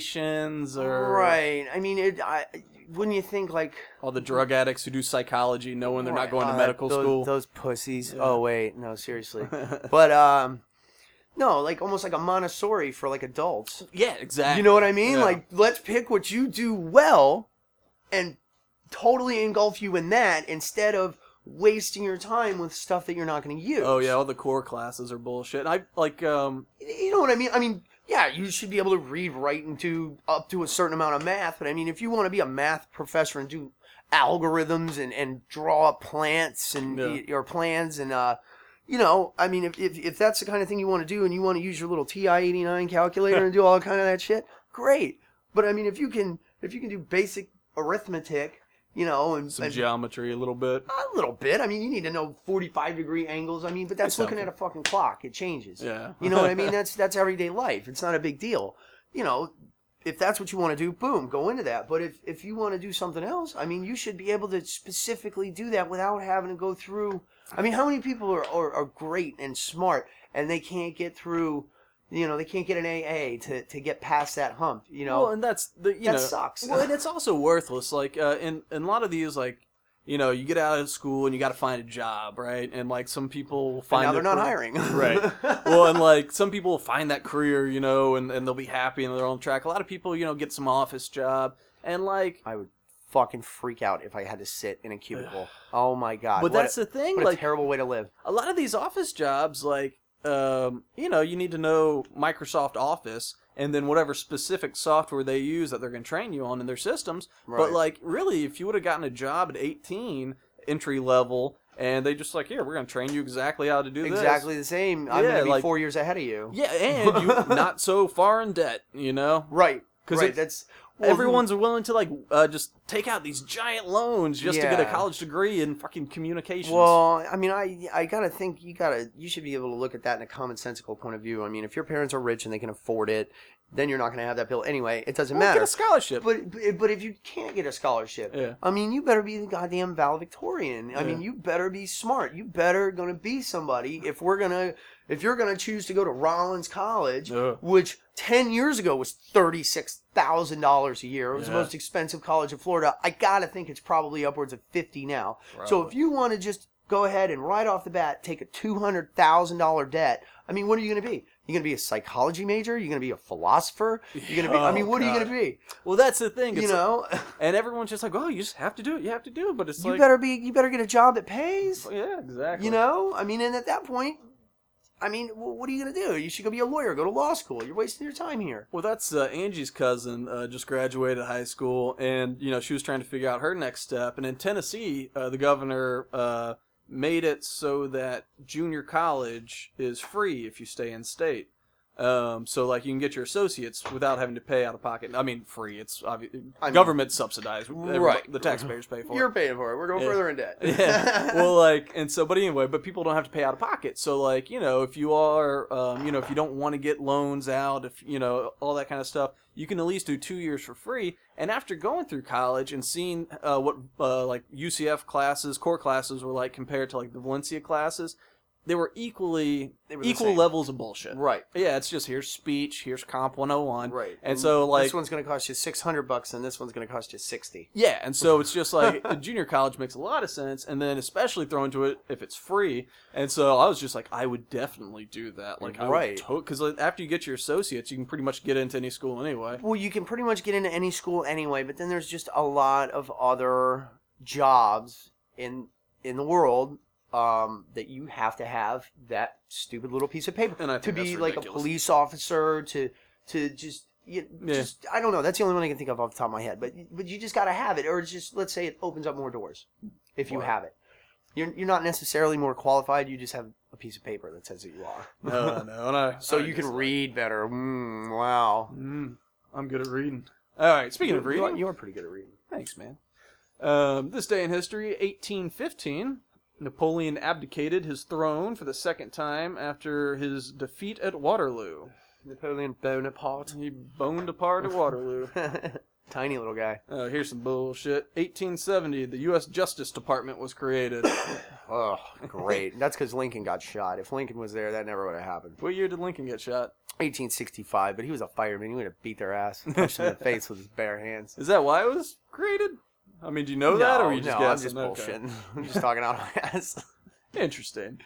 B: communications or
A: Right. I mean, it, I, wouldn't you think, like.
B: all the drug addicts who do psychology, knowing they're not going to
A: uh,
B: medical
A: those-
B: school.
A: Those pussies.
B: Yeah.
A: Oh, wait. No,
B: *laughs*
A: seriously. *laughs* but, um, no, like almost like a Montessori for like adults.
B: yeah, exactly.
A: You know what I mean?
B: Yeah.
A: Like, let's pick what you do well and totally engulf you in that instead of wasting your time with stuff that you're not going to use.
B: Oh yeah, all the core classes are bullshit. And I like um
A: you know what I mean? I mean, yeah, you should be able to read, write, and do up to a certain amount of math. But I mean, if you want to be a math professor and do algorithms and, and draw up plants and
B: Yeah.
A: y- your plans and uh, you know, I mean, if, if if that's the kind of thing you want to do and you want to use your little TI eighty nine calculator and do all kind of that shit, great. But I mean, if you can if you can do basic arithmetic, you know, and,
B: some
A: and
B: geometry a
A: *laughs*
B: little bit.
A: a little bit. I mean, you need to know forty five degree angles. I mean, but that's
B: It's
A: looking
B: something.
A: at a fucking clock. It changes.
B: Yeah.
A: You know what
B: *laughs*
A: I mean? That's that's everyday life. It's not a big deal. You know, if that's what you want to do, boom, go into that. But if if you want to do something else, I mean, you should be able to specifically do that without having to go through. I mean, how many people are are, are great and smart and they can't get through? You know, they can't get an AA to to get past that hump. You know,
B: Well, and that's the you
A: that
B: know
A: sucks.
B: Well, and it's also worthless. Like uh, in in a lot of these, like you know, you get out of school and you got to find a job, right? And like some people
A: And
B: find
A: now
B: their
A: they're not
B: career-
A: hiring.
B: *laughs* Right. well, and like some people will find that career, you know, and and they'll be happy and they're on track. A lot of people, you know, get some office job and like
A: I would *laughs* fucking freak out if I had to sit in a
B: *sighs*
A: cubicle. oh my god. what
B: but that's
A: a,
B: the thing.
A: what a
B: Like
A: terrible way to live.
B: a lot of these office jobs, like um, you know, you need to know Microsoft Office and then whatever specific software they use that they're going to train you on in their systems. But like, really, if you would have gotten a job at 18, entry level, and they just like, here, we're going to train you exactly how to do this.
A: exactly the same. I'm
B: Yeah,
A: gonna be
B: like-
A: four years ahead of you.
B: Yeah, and
A: *laughs*
B: you not so far in debt, you know,
A: Right.
B: 'Cause
A: right.
B: it-
A: that's well, hmm.
B: everyone's willing to like uh, just take out these giant loans just to get a
A: Yeah.
B: college degree in fucking communications.
A: Well, I mean, I I gotta think you gotta you should be able to look at that in a commonsensical point of view. I mean, if your parents are rich and they can afford it, then you're not gonna have that bill anyway. It doesn't
B: Well,
A: matter.
B: get a scholarship.
A: But but- but if you can't get a scholarship,
B: Yeah.
A: I mean, you better be the goddamn valedictorian. I
B: Yeah.
A: mean, you better be smart. You better gonna be somebody. If we're gonna if you're gonna choose to go to Rollins College,
B: Ugh.
A: which ten years ago was thirty six thousand dollars a year, it was
B: Yeah.
A: the most expensive college in Florida. I gotta think it's probably upwards of fifty now. So
B: Probably.
A: if you want to just go ahead and right off the bat take a two hundred thousand dollar debt, I mean, what are you gonna be? You're gonna be a psychology major. You're gonna be a philosopher. You're gonna be. I
B: *laughs* Oh,
A: mean, what are you
B: God.
A: gonna be?
B: Well, that's the thing.
A: You
B: it's like-
A: know,
B: and everyone's just like, oh, you just have to do it. You have to do it. But
A: *laughs*
B: it's
A: you
B: like,
A: better be. You better get a job that pays.
B: yeah, exactly.
A: You know, I mean, and at that point, I mean, wh- what are you gonna do? You should go be a lawyer. Go to law school. You're wasting your time here.
B: Well, that's uh, Angie's cousin. Uh, just graduated high school, and you know she was trying to figure out her next step. And in Tennessee, uh, the governor uh, made it so that junior college is free if you stay in state. Um, so like you can get your associates without having to pay out of pocket. I mean, free. It's obvi-
A: I mean-
B: government subsidized. Everybody-
A: Right.
B: The taxpayers pay for it.
A: You're paying for it. We're going
B: Yeah.
A: further in debt.
B: *laughs*
A: *laughs*
B: yeah. Well, like, and so, but anyway, but people don't have to pay out of pocket. So, like, you know, if you are, um, you know, if you don't want to get loans out, if you know all that kind of stuff, you can at least do two years for free. And after going through college and seeing uh, what uh, like UCF classes, core classes were like compared to like the Valencia classes, they were equally
A: They were the
B: equal
A: same.
B: levels of bullshit.
A: right.
B: Yeah, it's just here's speech, here's comp 101.
A: Right.
B: And so, like,
A: this one's gonna cost you six hundred bucks, and this one's gonna cost you sixty.
B: yeah, and so it's
A: *laughs*
B: just like junior college makes a lot of sense, and then especially thrown to it if it's free. And so I was just like, I would definitely do that. Like,
A: Right.
B: I would because like, after you get your associates, you can pretty much get into any school anyway.
A: Well, you can pretty much get into any school anyway, but then there's just a lot of other jobs in in the world um, that you have to have that stupid little piece of paper
B: And I
A: to
B: think
A: be
B: that's
A: like a
B: ridiculous.
A: police officer to to just. You,
B: Yeah.
A: just I don't know. That's the only one I can think of off the top of my head. But but you just got to have it, or it's just let's say it opens up more doors if you
B: Right.
A: have it. You're you're not necessarily more qualified. You just have a piece of paper that says that you are. *laughs*
B: No, no, no.
A: so you can read better. Mm, wow.
B: Mm, I'm good at reading. All right. Speaking of
A: You- you are-
B: reading,
A: you are pretty good at reading.
B: Thanks, man. Um, this day in history, 1815, Napoleon abdicated his throne for the second time after his defeat at Waterloo.
A: Napoleon Bonaparte.
B: He boned apart at Waterloo.
A: *laughs*
B: *laughs*
A: Tiny little guy.
B: Oh, here's some bullshit. 1870, the U.S. Justice Department
A: *coughs*
B: was created.
A: Oh, great. *laughs* That's because Lincoln got shot. If Lincoln was there, that never would have happened.
B: what year did Lincoln get shot?
A: 1865, but he was a fireman. He would have beat their ass and punched them
B: *laughs*
A: in the face with his bare hands.
B: Is that why it was created? I mean, do you know that, or
A: no,
B: are you just
A: no, I'm
B: guessing?
A: just
B: Okay.
A: bullshitting. I'm just talking out of my ass. *laughs*
B: Interesting.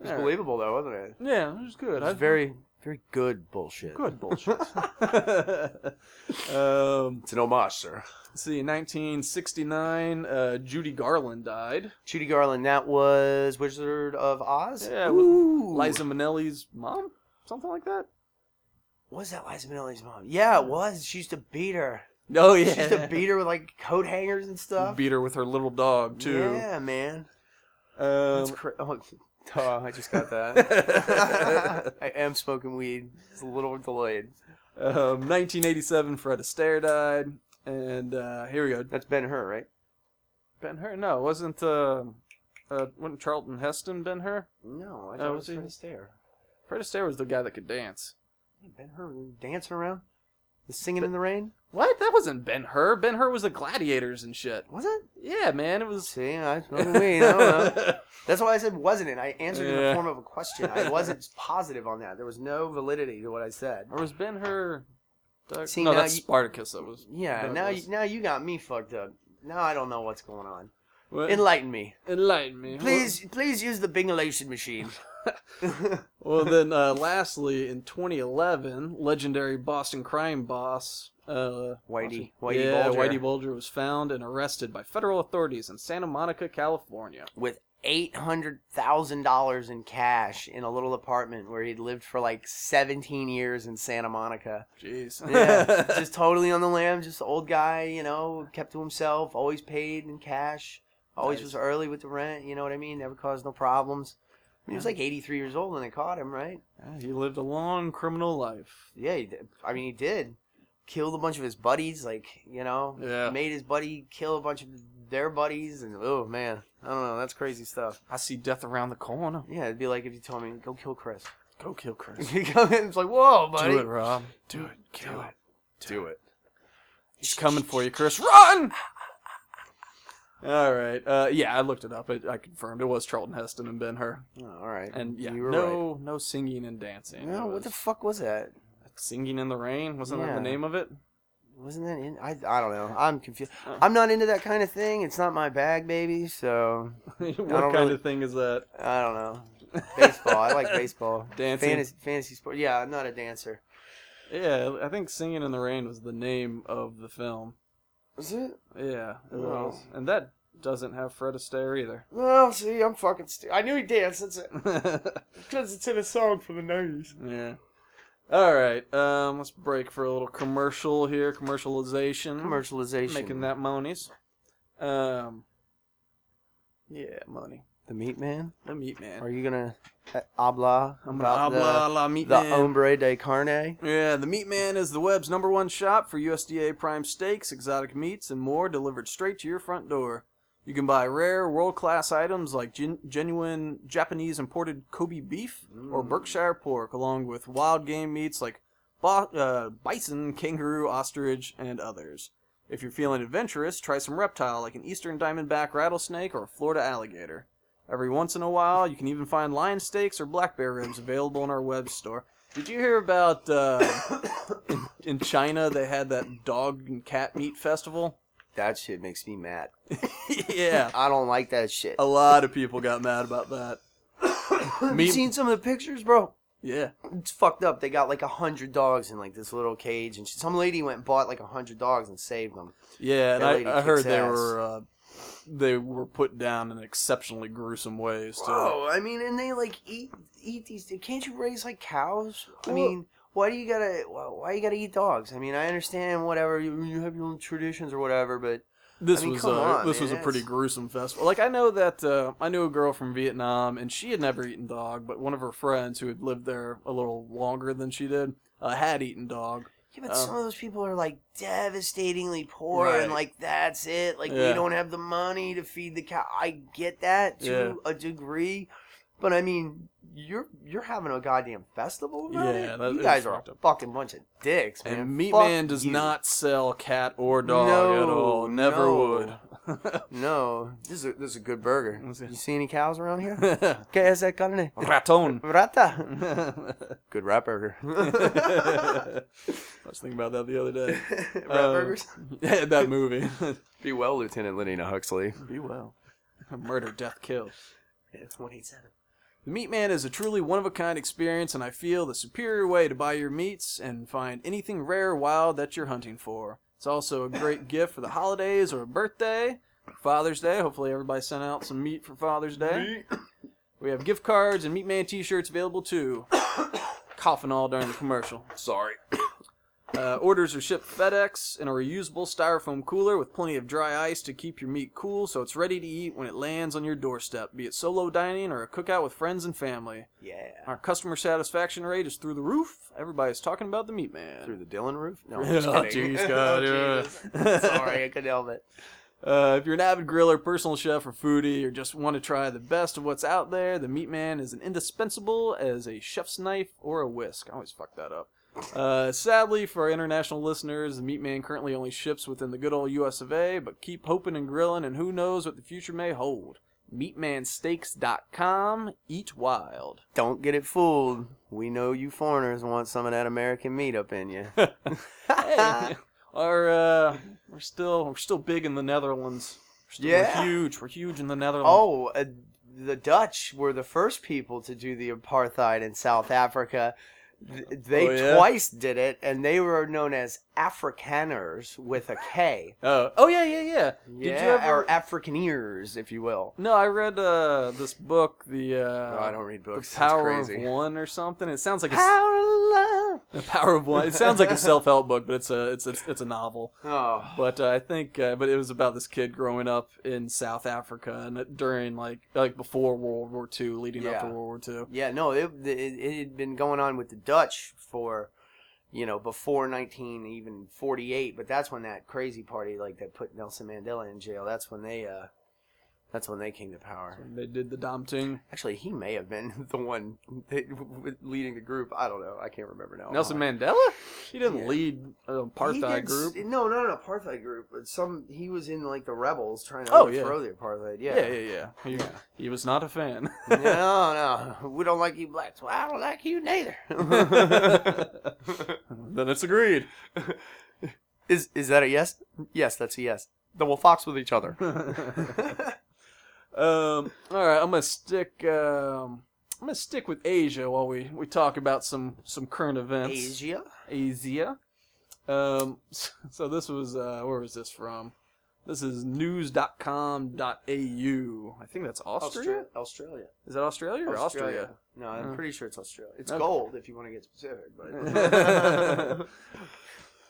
A: It's
B: All right.
A: believable, though, wasn't it?
B: Yeah, it was
A: It
B: good.
A: was
B: I-
A: very, very good bullshit.
B: good
A: *laughs*
B: bullshit. *laughs* um,
A: It's an homage, sir.
B: let's see, 1969, uh, Judy Garland died.
A: Judy Garland, that was Wizard of Oz?
B: Yeah, with
A: Ooh.
B: Liza Minnelli's mom, something like that.
A: Was that Liza Minnelli's mom? Yeah, it was. She used to beat her.
B: Oh
A: She used to beat her with like coat hangers and stuff.
B: Beat her with her little dog too.
A: Yeah, man.
B: Um,
A: That's cra- oh,
B: *laughs*
A: *laughs* duh, I just got that. *laughs* I am smoking weed. It's a little delayed.
B: Um, 1987, Fred Astaire died, and uh, here we go.
A: That's Ben Hur, right?
B: Ben Hur? No, wasn't uh, uh, wasn't Charlton Heston Ben Hur?
A: No, I
B: thought it was Fred
A: Astaire.
B: Fred Astaire was the guy that could dance.
A: Ben Hur dancing around, the singing in the rain.
B: What? That wasn't Ben Hur. Ben Hur was the gladiators and shit.
A: Was it?
B: Yeah, man, it *laughs* was.
A: See, I was *laughs* smoking weed. I don't know. That's why I said wasn't it. I answered in
B: Yeah.
A: the form of a question. I *laughs* wasn't positive on that. There was no validity to what I said.
B: or was Ben Hur? Doug-
A: See,
B: no,
A: now
B: that's
A: you-
B: Spartacus. That was.
A: Yeah.
B: Doug
A: now, you,
B: was.
A: now you got me fucked up. Now I don't know what's going on.
B: What?
A: Enlighten me,
B: Enlighten me,
A: *laughs* please. Please use the bingolation machine. *laughs*
B: Well, then, uh, lastly, in 2011, legendary Boston crime boss uh,
A: Whitey-
B: Boston-
A: Whitey
B: yeah,
A: Bulger.
B: Whitey Bulger was found and arrested by federal authorities in Santa Monica, California.
A: With eight hundred thousand dollars in cash in a little apartment where he'd lived for like seventeen years in Santa
B: *laughs*
A: Monica.
B: Jeez.
A: Yeah, just totally on the lam, just old guy, you know, kept to himself, always paid in cash, always
B: Nice.
A: was early with the rent. You know what I mean? Never caused no problems. I mean, he was like eighty three years old when they caught him, right?
B: Yeah, he lived a long criminal life.
A: Yeah, he did. I mean, he did. Killed a bunch of his buddies, like you know,
B: Yeah.
A: made his buddy kill a bunch of their buddies, and oh man, I don't know, that's crazy stuff.
B: I see death around the corner.
A: Yeah, it'd be like if you told me, go kill
B: *laughs*
A: Chris. *laughs*
B: Go kill Chris.
A: You come in, it's like, whoa, buddy.
B: Do it, Rob. Do it. Kill it. Do it. He's coming for you, *laughs* Chris. Run! All right. Uh, yeah, I looked it up. I, I confirmed it was Charlton Heston and Ben Hur.
A: Oh, all right.
B: And yeah,
A: you were right.
B: no, no singing and dancing.
A: No,
B: It
A: what the
B: was
A: fuck was that?
B: singing in the rain? Wasn't that
A: Yeah.
B: the name of it?
A: Wasn't that in? I, I don't know. I'm confused.
B: Oh.
A: I'm not into that kind of thing. It's not my bag, baby. So
B: *laughs* what kind
A: don't really-
B: of thing is that?
A: I don't know. Baseball. I
B: *laughs*
A: like baseball.
B: Dancing.
A: Fantasy, fantasy sport. Yeah, I'm not a dancer.
B: Yeah, I think singing in the rain was the name of the film.
A: Is it?
B: Yeah, it
A: Wow.
B: was. And that doesn't have Fred Astaire *laughs* either.
A: Well, see, I'm fucking. St- I knew he danced. That's it. Because it's in a song from the '90s.
B: yeah. All right. Um, let's break for a little commercial here. Commercialization.
A: Commercialization.
B: Making that monies. Um. Yeah, money.
A: The Meat Man.
B: The meat man.
A: Are you gonna uh, habla
B: I'm
A: about
B: gonna habla la meat
A: the, the
B: man.
A: hombre de carne?
B: Yeah, the Meat Man is the web's number one shop for USDA prime steaks, exotic meats, and more delivered straight to your front door. You can buy rare, world class items like gen- genuine Japanese imported Kobe beef or
A: Mm.
B: Berkshire pork, along with wild game meats like bo- uh, bison, kangaroo, ostrich, and others. If you're feeling adventurous, try some reptile like an eastern diamondback rattlesnake or a Florida alligator. Every once in a while, you can even find lion steaks or black bear ribs available in our web store. Did you hear about uh, in, in China they had that dog and cat meat festival? *laughs*
A: That shit makes me mad.
B: yeah, Oh,
A: I don't like that shit.
B: a lot of people got mad about that.
A: *clears throat* *coughs* Have
B: Me-
A: you seen some of the pictures, bro?
B: Yeah,
A: It's fucked up. They got like a hundred dogs in like this little cage, and she, some lady went and bought like a hundred dogs and saved them.
B: yeah, and
A: That lady
B: I, I heard
A: kicks
B: they
A: ass.
B: were uh, they were put down in exceptionally gruesome ways. too.
A: Bro, I mean, and they like eat eat these. Can't you raise like cows? I
B: Well-
A: mean, why do you gotta why, why you gotta eat dogs? I mean, I understand whatever you, you have your own traditions or whatever, but
B: This
A: I mean,
B: was
A: come
B: uh,
A: on,
B: this
A: man,
B: was a pretty
A: that's-
B: gruesome festival. Like I know that uh, I knew a girl from Vietnam, and she had never eaten dog, but one of her friends who had lived there a little longer than she did uh, had eaten dog.
A: yeah, but
B: Oh.
A: some of those people are like devastatingly poor,
B: Right.
A: and like that's it. Like
B: Yeah.
A: we don't have the money to feed the cow. I get that to
B: Yeah.
A: a degree. But I mean, you're you're having a goddamn festival about
B: Yeah,
A: it.
B: that
A: you
B: is
A: guys are
B: fucked
A: a
B: up.
A: fucking bunch of dicks, man.
B: And Meat
A: Fuck
B: Man does
A: you.
B: not sell cat or dog at
A: No,
B: all. Never
A: no.
B: would. *laughs*
A: No, this is a, this is a good burger.
B: Let's see.
A: You see any cows around here? *laughs* Que es el carne? *laughs*
B: Raton. *laughs*
A: Rata.
B: I
A: Good rat burger. *laughs*
B: *laughs* was thinking about that the other day.
A: rat
B: Uh, Yeah, *laughs* that movie.
A: Be well, Lieutenant Lenina Huxley.
B: Be well. *laughs* Murder, death, kill.
A: It's 187.
B: The Meat Man is a truly one of a kind experience, and I feel the superior way to buy your meats and find anything rare or wild that you're hunting for. It's also a great gift for the holidays or a birthday, Father's Day. Hopefully, everybody sent out some meat for Father's Day. We have gift cards and Meat Man t shirts available too. *coughs* Coughing all during the commercial.
A: Sorry. *coughs*
B: Uh, orders are shipped FedEx in a reusable styrofoam cooler with plenty of dry ice to keep your meat cool so it's ready to eat when it lands on your doorstep, be it solo dining or a cookout with friends and family.
A: Yeah.
B: Our customer satisfaction rate is through the roof. Everybody's talking about the meat
A: Through
B: man.
A: the Dylan roof? No. I'm just
B: *laughs* Oh,
A: kidding. *laughs*
B: jeez, God,
A: Oh,
B: yeah.
A: Jesus. *laughs* Sorry, I couldn't help it.
B: Uh, if you're an avid griller, personal chef, or foodie, or just want to try the best of what's out there, the meat man is an indispensable as a chef's knife or a whisk. I always fuck that up. Uh, sadly, for our international listeners, the meat man currently only ships within the good old US of A, but keep hoping and grilling, and who knows what the future may hold. Meatmansteaks.com. Eat wild.
A: Don't get it fooled. We know you foreigners want some of that American meat up in you.
B: hey, our uh, we're still we're still big in the Netherlands. We're still- we're
A: Yeah.
B: huge. We're huge in the Netherlands.
A: oh, uh, the Dutch were the first people to do the apartheid in South Africa. Th- They
B: Oh, yeah?
A: twice did it, and they were known as Afrikaners with a K.
B: Uh, oh yeah, yeah, yeah.
A: Yeah,
B: Did you ever?
A: or Afrikaners, if you will.
B: no, I read uh, this book, the uh,
A: No, I don't read books.
B: the Power
A: That's
B: of
A: crazy.
B: One or something. It
A: *laughs*
B: sounds like a, s-
A: Power of love.
B: the Power of One. It sounds like a self-help book, but it's a it's it's, it's a novel.
A: Oh,
B: But uh, I think, uh, but it was about this kid growing up in South Africa and during like like before World War II, leading up to
A: Yeah.
B: World War II.
A: yeah, no, it, it it had been going on with the Dutch for, you know, before nineteen even forty eight. But that's when that crazy party like that put Nelson Mandela in jail. That's when they uh, that's when they came to power.
B: They did the Dom Ting.
A: Actually, he may have been *laughs* the one that, w- leading the group. I don't know. I can't remember now.
B: Nelson
A: He
B: Mandela? Oh He didn't
A: Yeah.
B: lead an apartheid
A: did s-
B: group.
A: No, not an apartheid group, but some he was in like the rebels trying to
B: Oh, yeah.
A: overthrow the apartheid.
B: yeah,
A: Yeah.
B: yeah, yeah. He,
A: Yeah.
B: he was not a fan.
A: *laughs* no, no, we don't like you blacks. Well, I don't like you neither.
B: *laughs* *laughs* then it's agreed. *laughs*
A: is is that a yes? Yes, that's a yes. Then we'll fox with each
B: *laughs*
A: other.
B: Um, all right, I'm gonna stick. Um, I'm gonna stick with Asia while we, we talk about some some current events.
A: Asia.
B: Asia. Um, *laughs* so this was uh, where was this from? This is news.com.au. I think that's Austria.
A: Australia.
B: Is that Australia or Austria?
A: No, I'm
B: Huh.
A: pretty sure it's Australia. It's
B: Okay.
A: gold if you want to get specific.
B: *laughs*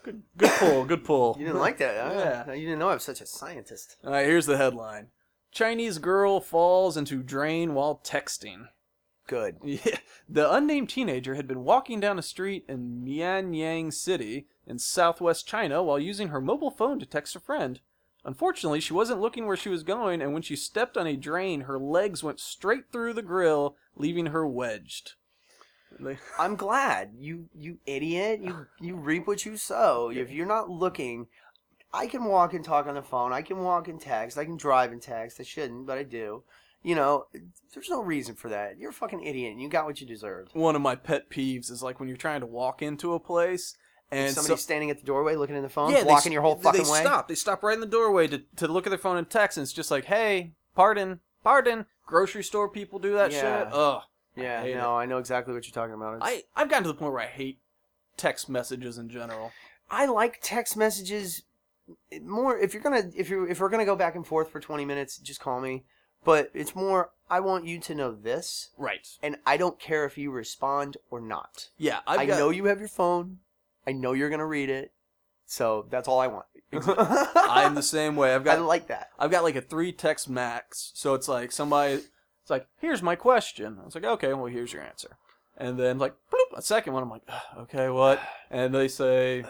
A: But
B: good, good pull. Good pull.
A: *laughs* you didn't like that, huh?
B: Yeah.
A: You didn't know I was such a scientist.
B: *laughs* All right, here's the headline: Chinese girl falls into drain while texting.
A: Good.
B: Yeah. The unnamed teenager had been walking down a street in Mianyang City in southwest China while using her mobile phone to text a friend. Unfortunately, she wasn't looking where she was going, and when she stepped on a drain, her legs went straight through the grill, leaving her wedged. They-
A: I'm glad you you idiot. You you reap what you sow. If you're not looking, I can walk and talk on the phone. I can walk and text. I can drive and text. I shouldn't, but I do. You know, there's no reason for that. You're a fucking idiot, and you got what you deserved.
B: One of my pet peeves is like when you're trying to walk into a place and
A: Somebody's
B: so-
A: standing at the doorway looking in the phone,
B: yeah, they
A: blocking
B: s-
A: your whole
B: they-
A: fucking
B: they
A: way.
B: stop. They stop right in the doorway to, to look at their phone and text, and it's just like, hey, pardon, pardon. Grocery store people do that
A: Yeah.
B: shit. Ugh.
A: Yeah,
B: I hate
A: no, I know exactly what you're talking about. It's-
B: I I've gotten to the point where I hate text messages in general.
A: I like text messages more. If you're gonna, if you are if we're gonna go back and forth for 20 minutes, just call me. But it's more. I want you to know this.
B: Right.
A: and I don't care if you respond or not.
B: Yeah, I've
A: i
B: got- *laughs*
A: know you have your phone. I know you're gonna read it. So that's all I *laughs* want.
B: I'm the same way. I've
A: *laughs* I
B: got
A: like that.
B: I've got like a three text max. So it's like somebody it's like, here's my question. I was like, okay, well here's your answer. And then like bloop, a second one, I'm like, "Ugh, okay, what? And they say,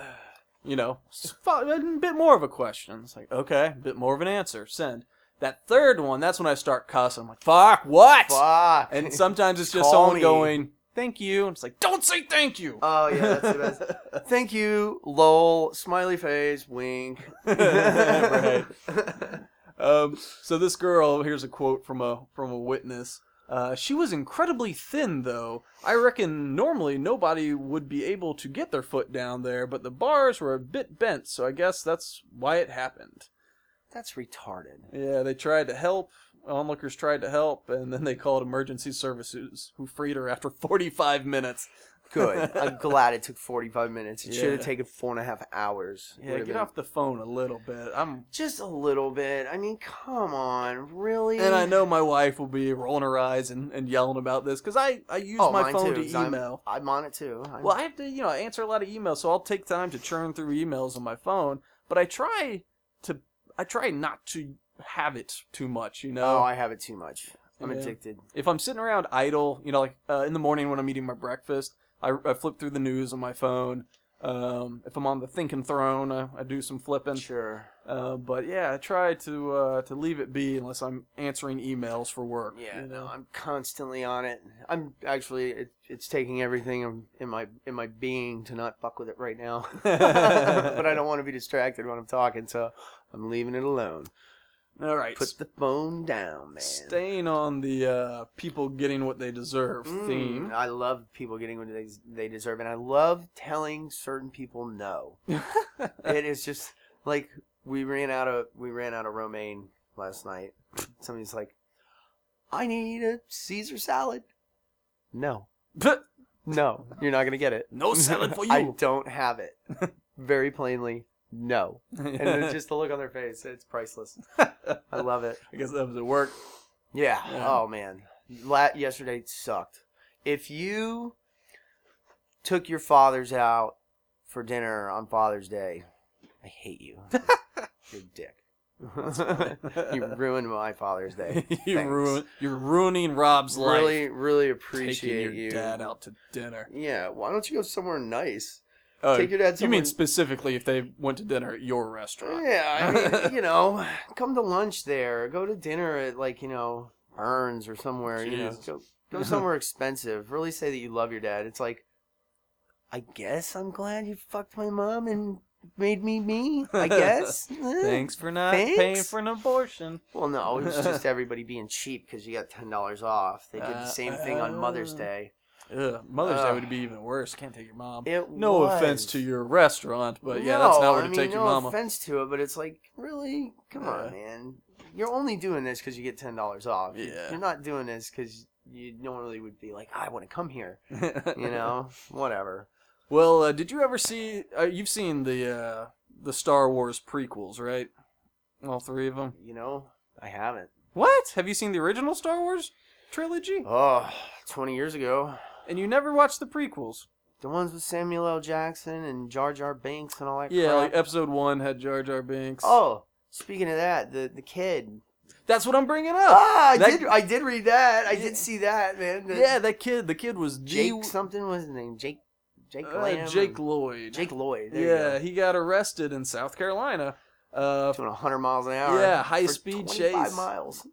B: you know, *sighs* s- fi- a bit more of a question. It's like, okay, a bit more of an answer. Send. That third one, that's when I start cussing. I'm like, fuck, what?
A: Fuck.
B: And sometimes it's just
A: Call
B: someone
A: me.
B: going, thank you. And it's like, don't say thank you.
A: *laughs* oh yeah, *laughs* that's the best. Thank you, lol, smiley face, wink.
B: *laughs* right. *laughs* Um, so this girl, here's a quote from a from a witness. Uh, she was incredibly thin, though. I reckon normally nobody would be able to get their foot down there, but the bars were a bit bent, so I guess that's why it happened.
A: *laughs* That's retarded.
B: Yeah, they tried to help. Onlookers tried to help, and then they called emergency services, who freed her after 45 minutes.
A: Good. I'm glad it took 45 minutes. It should have
B: Yeah.
A: taken four and a half hours.
B: Yeah,
A: Would've
B: get
A: been-
B: off the phone a little bit. I'm,
A: Just a little bit. I mean, come on, really.
B: and I know my wife will be rolling her eyes and, and yelling about this because I I use
A: Oh,
B: my
A: mine
B: phone
A: too,
B: to
A: 'cause I'm-
B: email.
A: I'm on it too. I'm-
B: Well, I have to, you know, I answer a lot of emails, so I'll take time to churn through emails on my phone. But I try to, I try not to have it too much, you know.
A: oh, I have it too much. I'm
B: Yeah.
A: addicted.
B: if I'm sitting around idle, you know, like uh, in the morning when I'm eating my breakfast, I, I flip through the news on my phone. Um, if I'm on the thinking throne, I, I do some flipping.
A: Sure.
B: Uh, but yeah, I try to uh, to leave it be unless I'm answering emails for work.
A: Yeah,
B: you
A: no,
B: *laughs* know?
A: I'm constantly on it. I'm actually it, it's taking everything in- in my in my being to not fuck with it right now. *laughs*
B: *laughs*
A: but I don't want to be distracted when I'm talking, so I'm leaving it alone.
B: All right.
A: Put the phone down, man.
B: Staying on the uh, people getting what they deserve
A: Mm,
B: theme.
A: I love people getting what they they deserve, and I love telling certain people
B: *laughs*
A: no. it is just like we ran out of we ran out of romaine last night. Somebody's like, I need a Caesar salad. No,
B: *laughs*
A: no, you're not gonna get it.
B: no salad for
A: *laughs*
B: you.
A: I don't have
B: *laughs*
A: it. Very plainly, no. And then
B: *laughs*
A: just the look on their face, it's priceless. I love it.
B: I guess that was at *laughs* work.
A: Yeah.
B: Yeah.
A: Oh man, La- yesterday sucked. If you took your fathers out for dinner on Father's Day, I hate
B: *laughs*
A: you. You're a dick. you ruined my Father's Day.
B: *laughs* you
A: Thanks.
B: ruin, you're ruining Rob's *laughs* life.
A: Really, really
B: Taking
A: appreciate
B: your
A: you.
B: dad out to dinner.
A: Yeah. Why don't you go somewhere nice?
B: Oh,
A: Take your dad
B: you
A: somewhere.
B: mean specifically if they went to dinner at your restaurant?
A: Yeah, I
B: *laughs*
A: mean, you know, come to lunch there. Go to dinner at like you know Burns or somewhere. You know,
B: Jeez.
A: go,
B: *laughs*
A: go somewhere expensive. Really say that you love your dad. It's like, I guess I'm glad you fucked my mom and made me me. I guess. Eh.
B: *laughs* Thanks for not
A: Thanks?
B: paying for an abortion.
A: Well, no, it's
B: *laughs*
A: just everybody being cheap because you got ten dollars off. They did the same thing on Mother's
B: Uh,
A: Day.
B: Ugh, Mother's Day
A: Ugh.
B: would be even worse. Can't take your mom.
A: It
B: no offense
A: was.
B: to your restaurant, but yeah, that's
A: No,
B: not where to
A: I mean,
B: take your
A: no
B: mama.
A: offense to it, but it's like, really, come
B: Yeah.
A: on, man. You're only doing this because you get ten dollars off. You-
B: Yeah.
A: You're not doing this because you normally would be like, I want to come here.
B: *laughs*
A: You know, whatever.
B: Well, uh, did you ever see? Uh, you've seen the uh, the Star Wars prequels, right? All three of them.
A: You know, I haven't.
B: What? Have you seen the original Star Wars trilogy?
A: Oh, 20 years ago,
B: And you never watched the prequels?
A: the ones with Samuel L. Jackson and Jar Jar Binks and all that.
B: Yeah,
A: crap.
B: like Episode One had Jar Jar Binks.
A: oh, speaking of that, the the kid.
B: that's what I'm bringing up.
A: Ah, I
B: that-
A: did. I did read that. I
B: Yeah.
A: did see that, man. The-
B: yeah, that kid. The kid was the-
A: Jake something was his name. Jake. Jake.
B: uh,
A: Lamb or-
B: Jake Lloyd.
A: Jake Lloyd. There you go.
B: yeah, he got arrested in South Carolina. Uh,
A: doing 100 miles an hour.
B: Yeah, high
A: for
B: speed
A: 25
B: chase.
A: miles.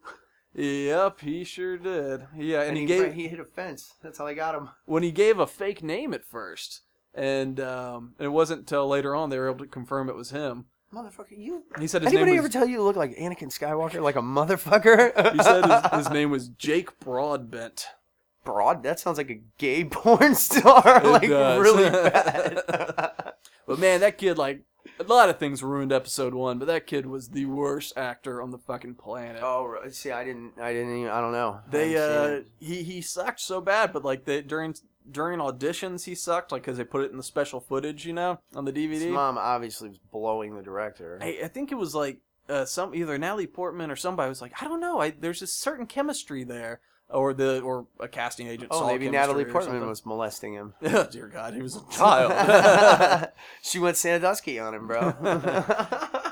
B: yep, he sure did. Yeah, and,
A: And,
B: he,
A: he,
B: gave
A: ran- he hit a fence. That's how they got him.
B: when he gave a fake name at first, and um, and it wasn't until later on they were able to confirm it was him.
A: Motherfucker, you.
B: He said his
A: Anybody
B: name
A: ever
B: was,
A: tell you you look like Anakin Skywalker, like a motherfucker?
B: *laughs* he said his, his name was Jake Broadbent.
A: *laughs* broad. That sounds like a gay *laughs* porn star,
B: It
A: like
B: does. *laughs*
A: really bad. *laughs*
B: But man, that kid like a lot of things ruined episode one, but that kid was the worst actor on the fucking planet.
A: oh, right. see, I didn't, I didn't even, I don't know. I
B: They
A: haven't seen it.
B: uh he he sucked so bad, but like they during during auditions he sucked like because they put it in the special footage, you know, on the DVD.
A: His mom obviously was blowing the director.
B: I, I think it was like uh, some either Natalie Portman or somebody was like, I don't know, I, there's a certain chemistry there, or the or a casting agent.
A: oh,
B: saw
A: maybe
B: chemistry
A: Natalie
B: or
A: Portman
B: something.
A: was molesting him.
B: *laughs* Oh, dear God, he was a
A: *laughs*
B: child. *laughs*
A: she went Sandusky on him, bro.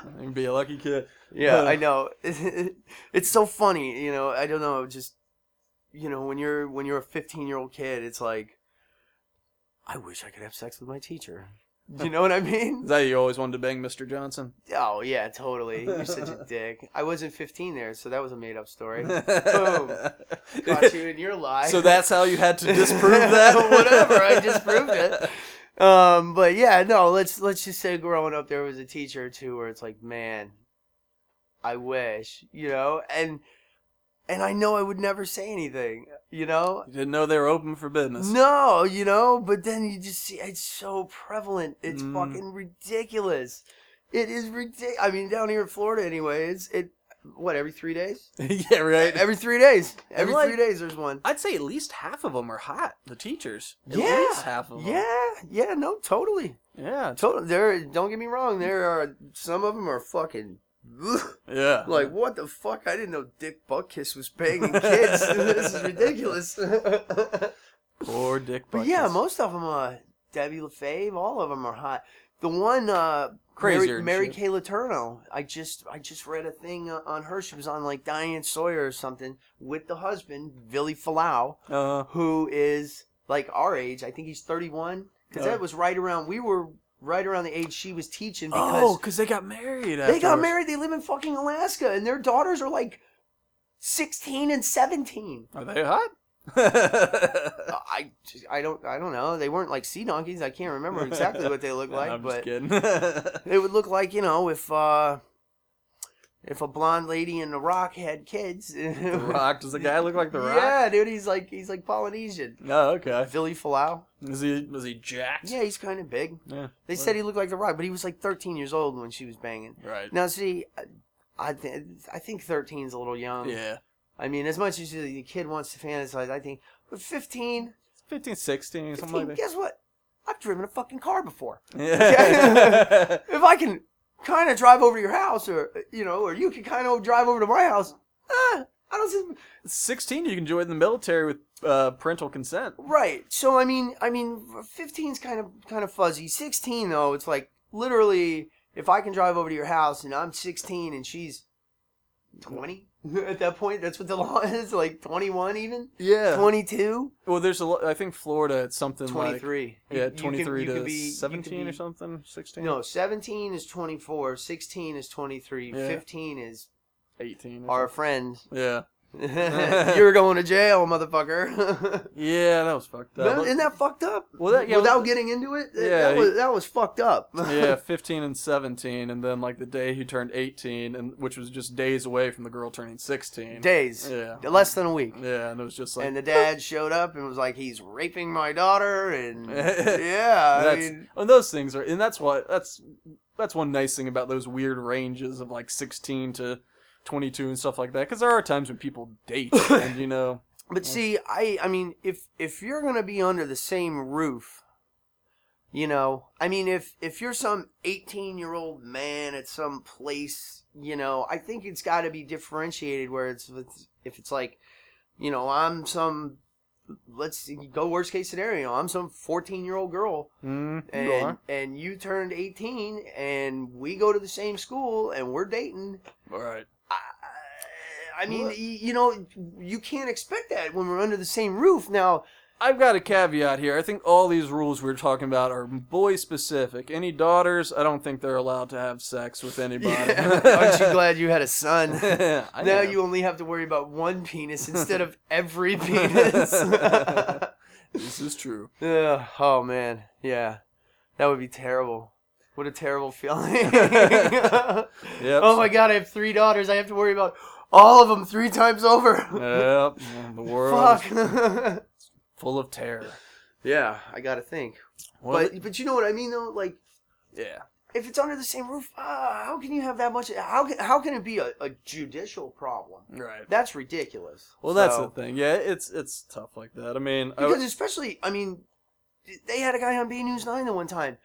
B: *laughs*
A: *laughs*
B: He'd be a lucky kid.
A: Yeah,
B: Huh.
A: I know. *laughs* it's so funny, you know. I don't know, just you know, when you're when you're a 15 year old kid, it's like, I wish I could have sex with my teacher. You know what I
B: Is *laughs*
A: mean?
B: that you always wanted to bang Mr. Johnson?
A: Oh yeah, totally. You're such a dick. I wasn't 15 there, so that was a made up
B: *laughs*
A: story. Caught you in your lie.
B: so that's how you had to disprove that.
A: Whatever, I disproved it. Um, but yeah, no. Let's let's just say growing up, there was a teacher or two where it's like, man, I wish, you know, and and I know I would never say anything, you know.
B: You didn't know they were open for business.
A: No, you know, but then you just see it's so prevalent. It's
B: Mm.
A: fucking ridiculous. It is ridiculous. I mean, down here in Florida, anyways, it what every three days?
B: *laughs* yeah, right.
A: Every three days. Every
B: like-
A: three days, there's one.
B: I'd say at least half of them are hot. The teachers, at
A: Yeah,
B: least half of them.
A: Yeah, yeah, no, totally.
B: yeah,
A: Total. There, don't get me wrong. There are some of them are fucking. ugh,
B: yeah.
A: Like what the fuck? I didn't know Dick Buckkiss was banging kids. *laughs* this is ridiculous. *laughs* but
B: poor Dick.
A: yeah,
B: Buckus.
A: most of them. Uh, Debbie LaFave. All of them are hot. The one, uh,
B: Crazier
A: Mary,
B: and
A: Mary
B: shit.
A: Kay Letourneau. I just, I just read a thing uh, on her. She was on like Diane Sawyer or something with the husband Billy Falau
B: Uh,
A: who is like our age. I think he's 31 because
B: Oh.
A: that was right around we were right around the age she was teaching
B: oh,
A: because
B: because they got married.
A: they got
B: afterwards.
A: married. They live in fucking Alaska and their daughters are like 16 and 17.
B: Are they *laughs* hot?
A: Uh, I I don't I don't know. They weren't like sea donkeys. I can't remember exactly what they
B: *laughs*
A: looked like,
B: I'm
A: but
B: just kidding.
A: it would look like you know if uh if a blonde lady in the rock had kids. *laughs*
B: the Rock. Does the guy look like the Rock?
A: Yeah, dude. He's like he's like Polynesian.
B: Oh, okay.
A: Philly Falau.
B: Is he was he jacked?
A: Yeah, he's kind of big.
B: Yeah,
A: They said he looked like The Rock, but he was like 13 years old when she was banging.
B: Right.
A: Now, see, I- I th- I think 13 is a little young.
B: Yeah.
A: I mean, as much as you- the kid wants to fantasize, I think, but 15,
B: 15, 16, something
A: 15
B: like that.
A: guess what? I've driven a fucking car before. *laughs*
B: Yeah. *laughs*
A: If I can kind of drive over to your house, or you know, or you can kind of drive over to my house, uh, I don't see
B: 16, you can join the military with uh, parental consent.
A: Right. So I mean, I mean, 15's kind of kind of fuzzy. 16 though, it's like literally, if I can drive over to your house and I'm 16 and she's 20 *laughs* at that point, that's what the law is. Like 21 even,
B: Yeah.
A: 22,
B: Well, there's a lot. I think Florida, it's something like.
A: 23. You-
B: Yeah,
A: you can-
B: 23
A: you
B: to
A: can be- you can
B: 17
A: be-
B: or something? 16?
A: No, 17 is 24. 16 is 23.
B: Yeah.
A: 15 is
B: 18. Or
A: our friend.
B: something. yeah.
A: *laughs* You're going to jail, motherfucker. *laughs*
B: Yeah, that was fucked
A: That,
B: up.
A: isn't that fucked up?
B: Well, that- yeah,
A: Without
B: well,
A: getting into it, that,
B: yeah,
A: that, was, that was fucked up.
B: *laughs* yeah, 15 and 17, and then like the day he turned 18, and which was just days away from the girl turning
A: *laughs*
B: 16.
A: Days.
B: Yeah.
A: Less than a week.
B: Yeah, and it was just like
A: and the dad showed up and was like, he's raping my daughter.
B: *laughs*
A: And yeah, I
B: that's
A: mean,
B: and those things are, and that's what that's that's one nice thing about those weird ranges of like 16 to 22 and stuff like that, because there are times when people
A: *laughs*
B: date, and you know,
A: but see, I, I mean, if, if you're going to be under the same roof, you know, I mean, if, if you're some 18 year old man at some place, you know, I think it's got to be differentiated where it's, it's, if it's like, you know, I'm some, let's go worst case scenario, I'm some 14 year old girl
B: mm, you
A: and
B: are.
A: and you turned 18 and we go to the same school and we're dating
B: all right,
A: i, I mean
B: Well,
A: y- you know you can't expect that when we're under the same roof
B: *laughs*
A: now
B: I've got a caveat here. I think all these rules we're talking about are boy specific. Any daughters, I don't think they're allowed to have sex with anybody.
A: *laughs* aren't you glad you had a son
B: *laughs* I
A: *laughs* now
B: am.
A: you only have to worry about one
B: *laughs*
A: penis instead of every penis *laughs* Ugh,
B: This is true.
A: oh man yeah that would be terrible what a terrible feeling
B: *laughs*
A: *laughs*
B: Yep.
A: oh my god i have three daughters i have to worry about all of them three times over
B: Yep. The world
A: *laughs*
B: is
A: Fuck.
B: full of terror.
A: *laughs* yeah, I gotta think.
B: Well,
A: but but you know what I mean though. Like
B: yeah.
A: if it's under the same roof, ah, how can you have that much? How can how can it be a, a judicial problem?
B: Right.
A: That's ridiculous.
B: Well, that's
A: So-
B: the thing. Yeah, it's it's tough like that. I mean, I,
A: because especially I mean, they had a guy on B News Nine the one time.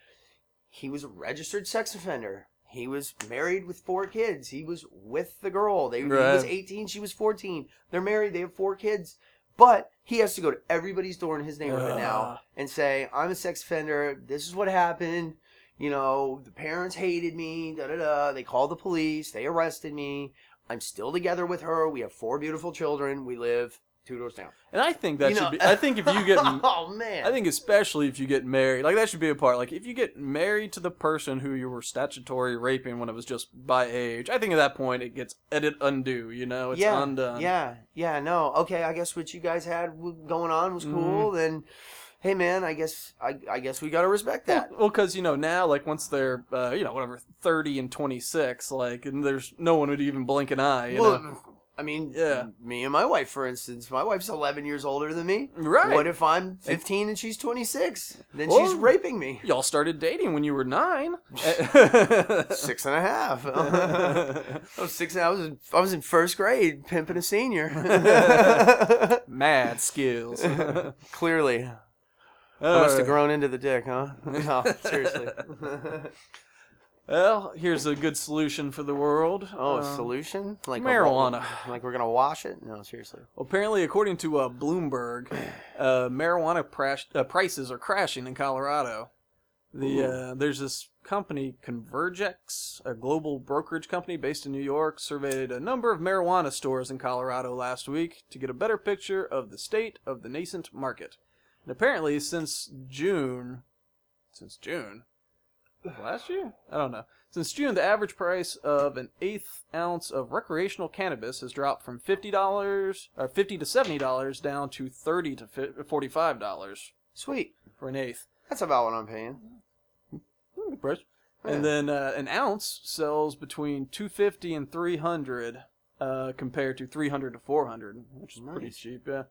A: He was a registered sex offender. He was married with four kids. He was with the girl. They he was
B: Right.
A: eighteen. She was fourteen. They're married. They have four kids. But he has to go to everybody's door in his neighborhood now
B: Ah.
A: and say, "I'm a sex offender. This is what happened. You know, the parents hated me. Da da da. They called the police. They arrested me. I'm still together with her. We have four beautiful children. We live two doors down."
B: and I think that
A: You
B: should
A: know- *laughs*
B: be. I think if you get, I
A: oh man,
B: think especially if you get married, like that should be a part. Like if you get married to the person who you were statutory raping when it was just by age, I think at that point it gets edit undo. You know, it's
A: yeah,
B: undone.
A: yeah, yeah. No, okay. I guess what you guys had w- going on was cool.
B: Mm.
A: Then, hey man, I guess I, I guess we gotta respect that.
B: Well, because you know now, like once they're, uh, you know, whatever, thirty and twenty six, like, and there's no one would even blink an eye. You
A: well,
B: know,
A: I mean,
B: Yeah.
A: Me and my wife, for instance, my wife's 11 years older than me.
B: right?
A: What if I'm 15 and she's 26? Then she's
B: Well-
A: raping
B: *laughs*
A: me.
B: Y'all started dating when you
A: *laughs*
B: were nine. *laughs*
A: Six and a half. *laughs* I *laughs* was six. I was in, I was in first grade, pimping a
B: *laughs*
A: senior.
B: Mad skills.
A: *laughs* Clearly, I must have grown into the dick, huh? *laughs* No, seriously.
B: *laughs* Well, here's a good solution for the world.
A: Oh, a
B: Um,
A: solution like a-
B: marijuana.
A: *laughs* like we're gonna wash it? No, seriously.
B: Apparently, according to
A: *clears throat*
B: uh, Bloomberg, uh, marijuana prash- uh, prices are crashing in Colorado. The uh, there's this company Convergex, a global brokerage company based in New York, surveyed a number of marijuana stores in Colorado last week to get a better picture of the state of the nascent market. And apparently, since June, since June last year, I don't know. Since June, the average price of an eighth ounce of recreational cannabis has dropped from fifty dollars or fifty to seventy dollars down to thirty to forty-five dollars
A: Sweet.
B: for an eighth.
A: That's about what I'm paying.
B: Hmm, good price.
A: Yeah.
B: And then uh, an ounce sells between two fifty and three hundred, uh, compared to three hundred to four hundred, which is pretty
A: Nice.
B: cheap, yeah.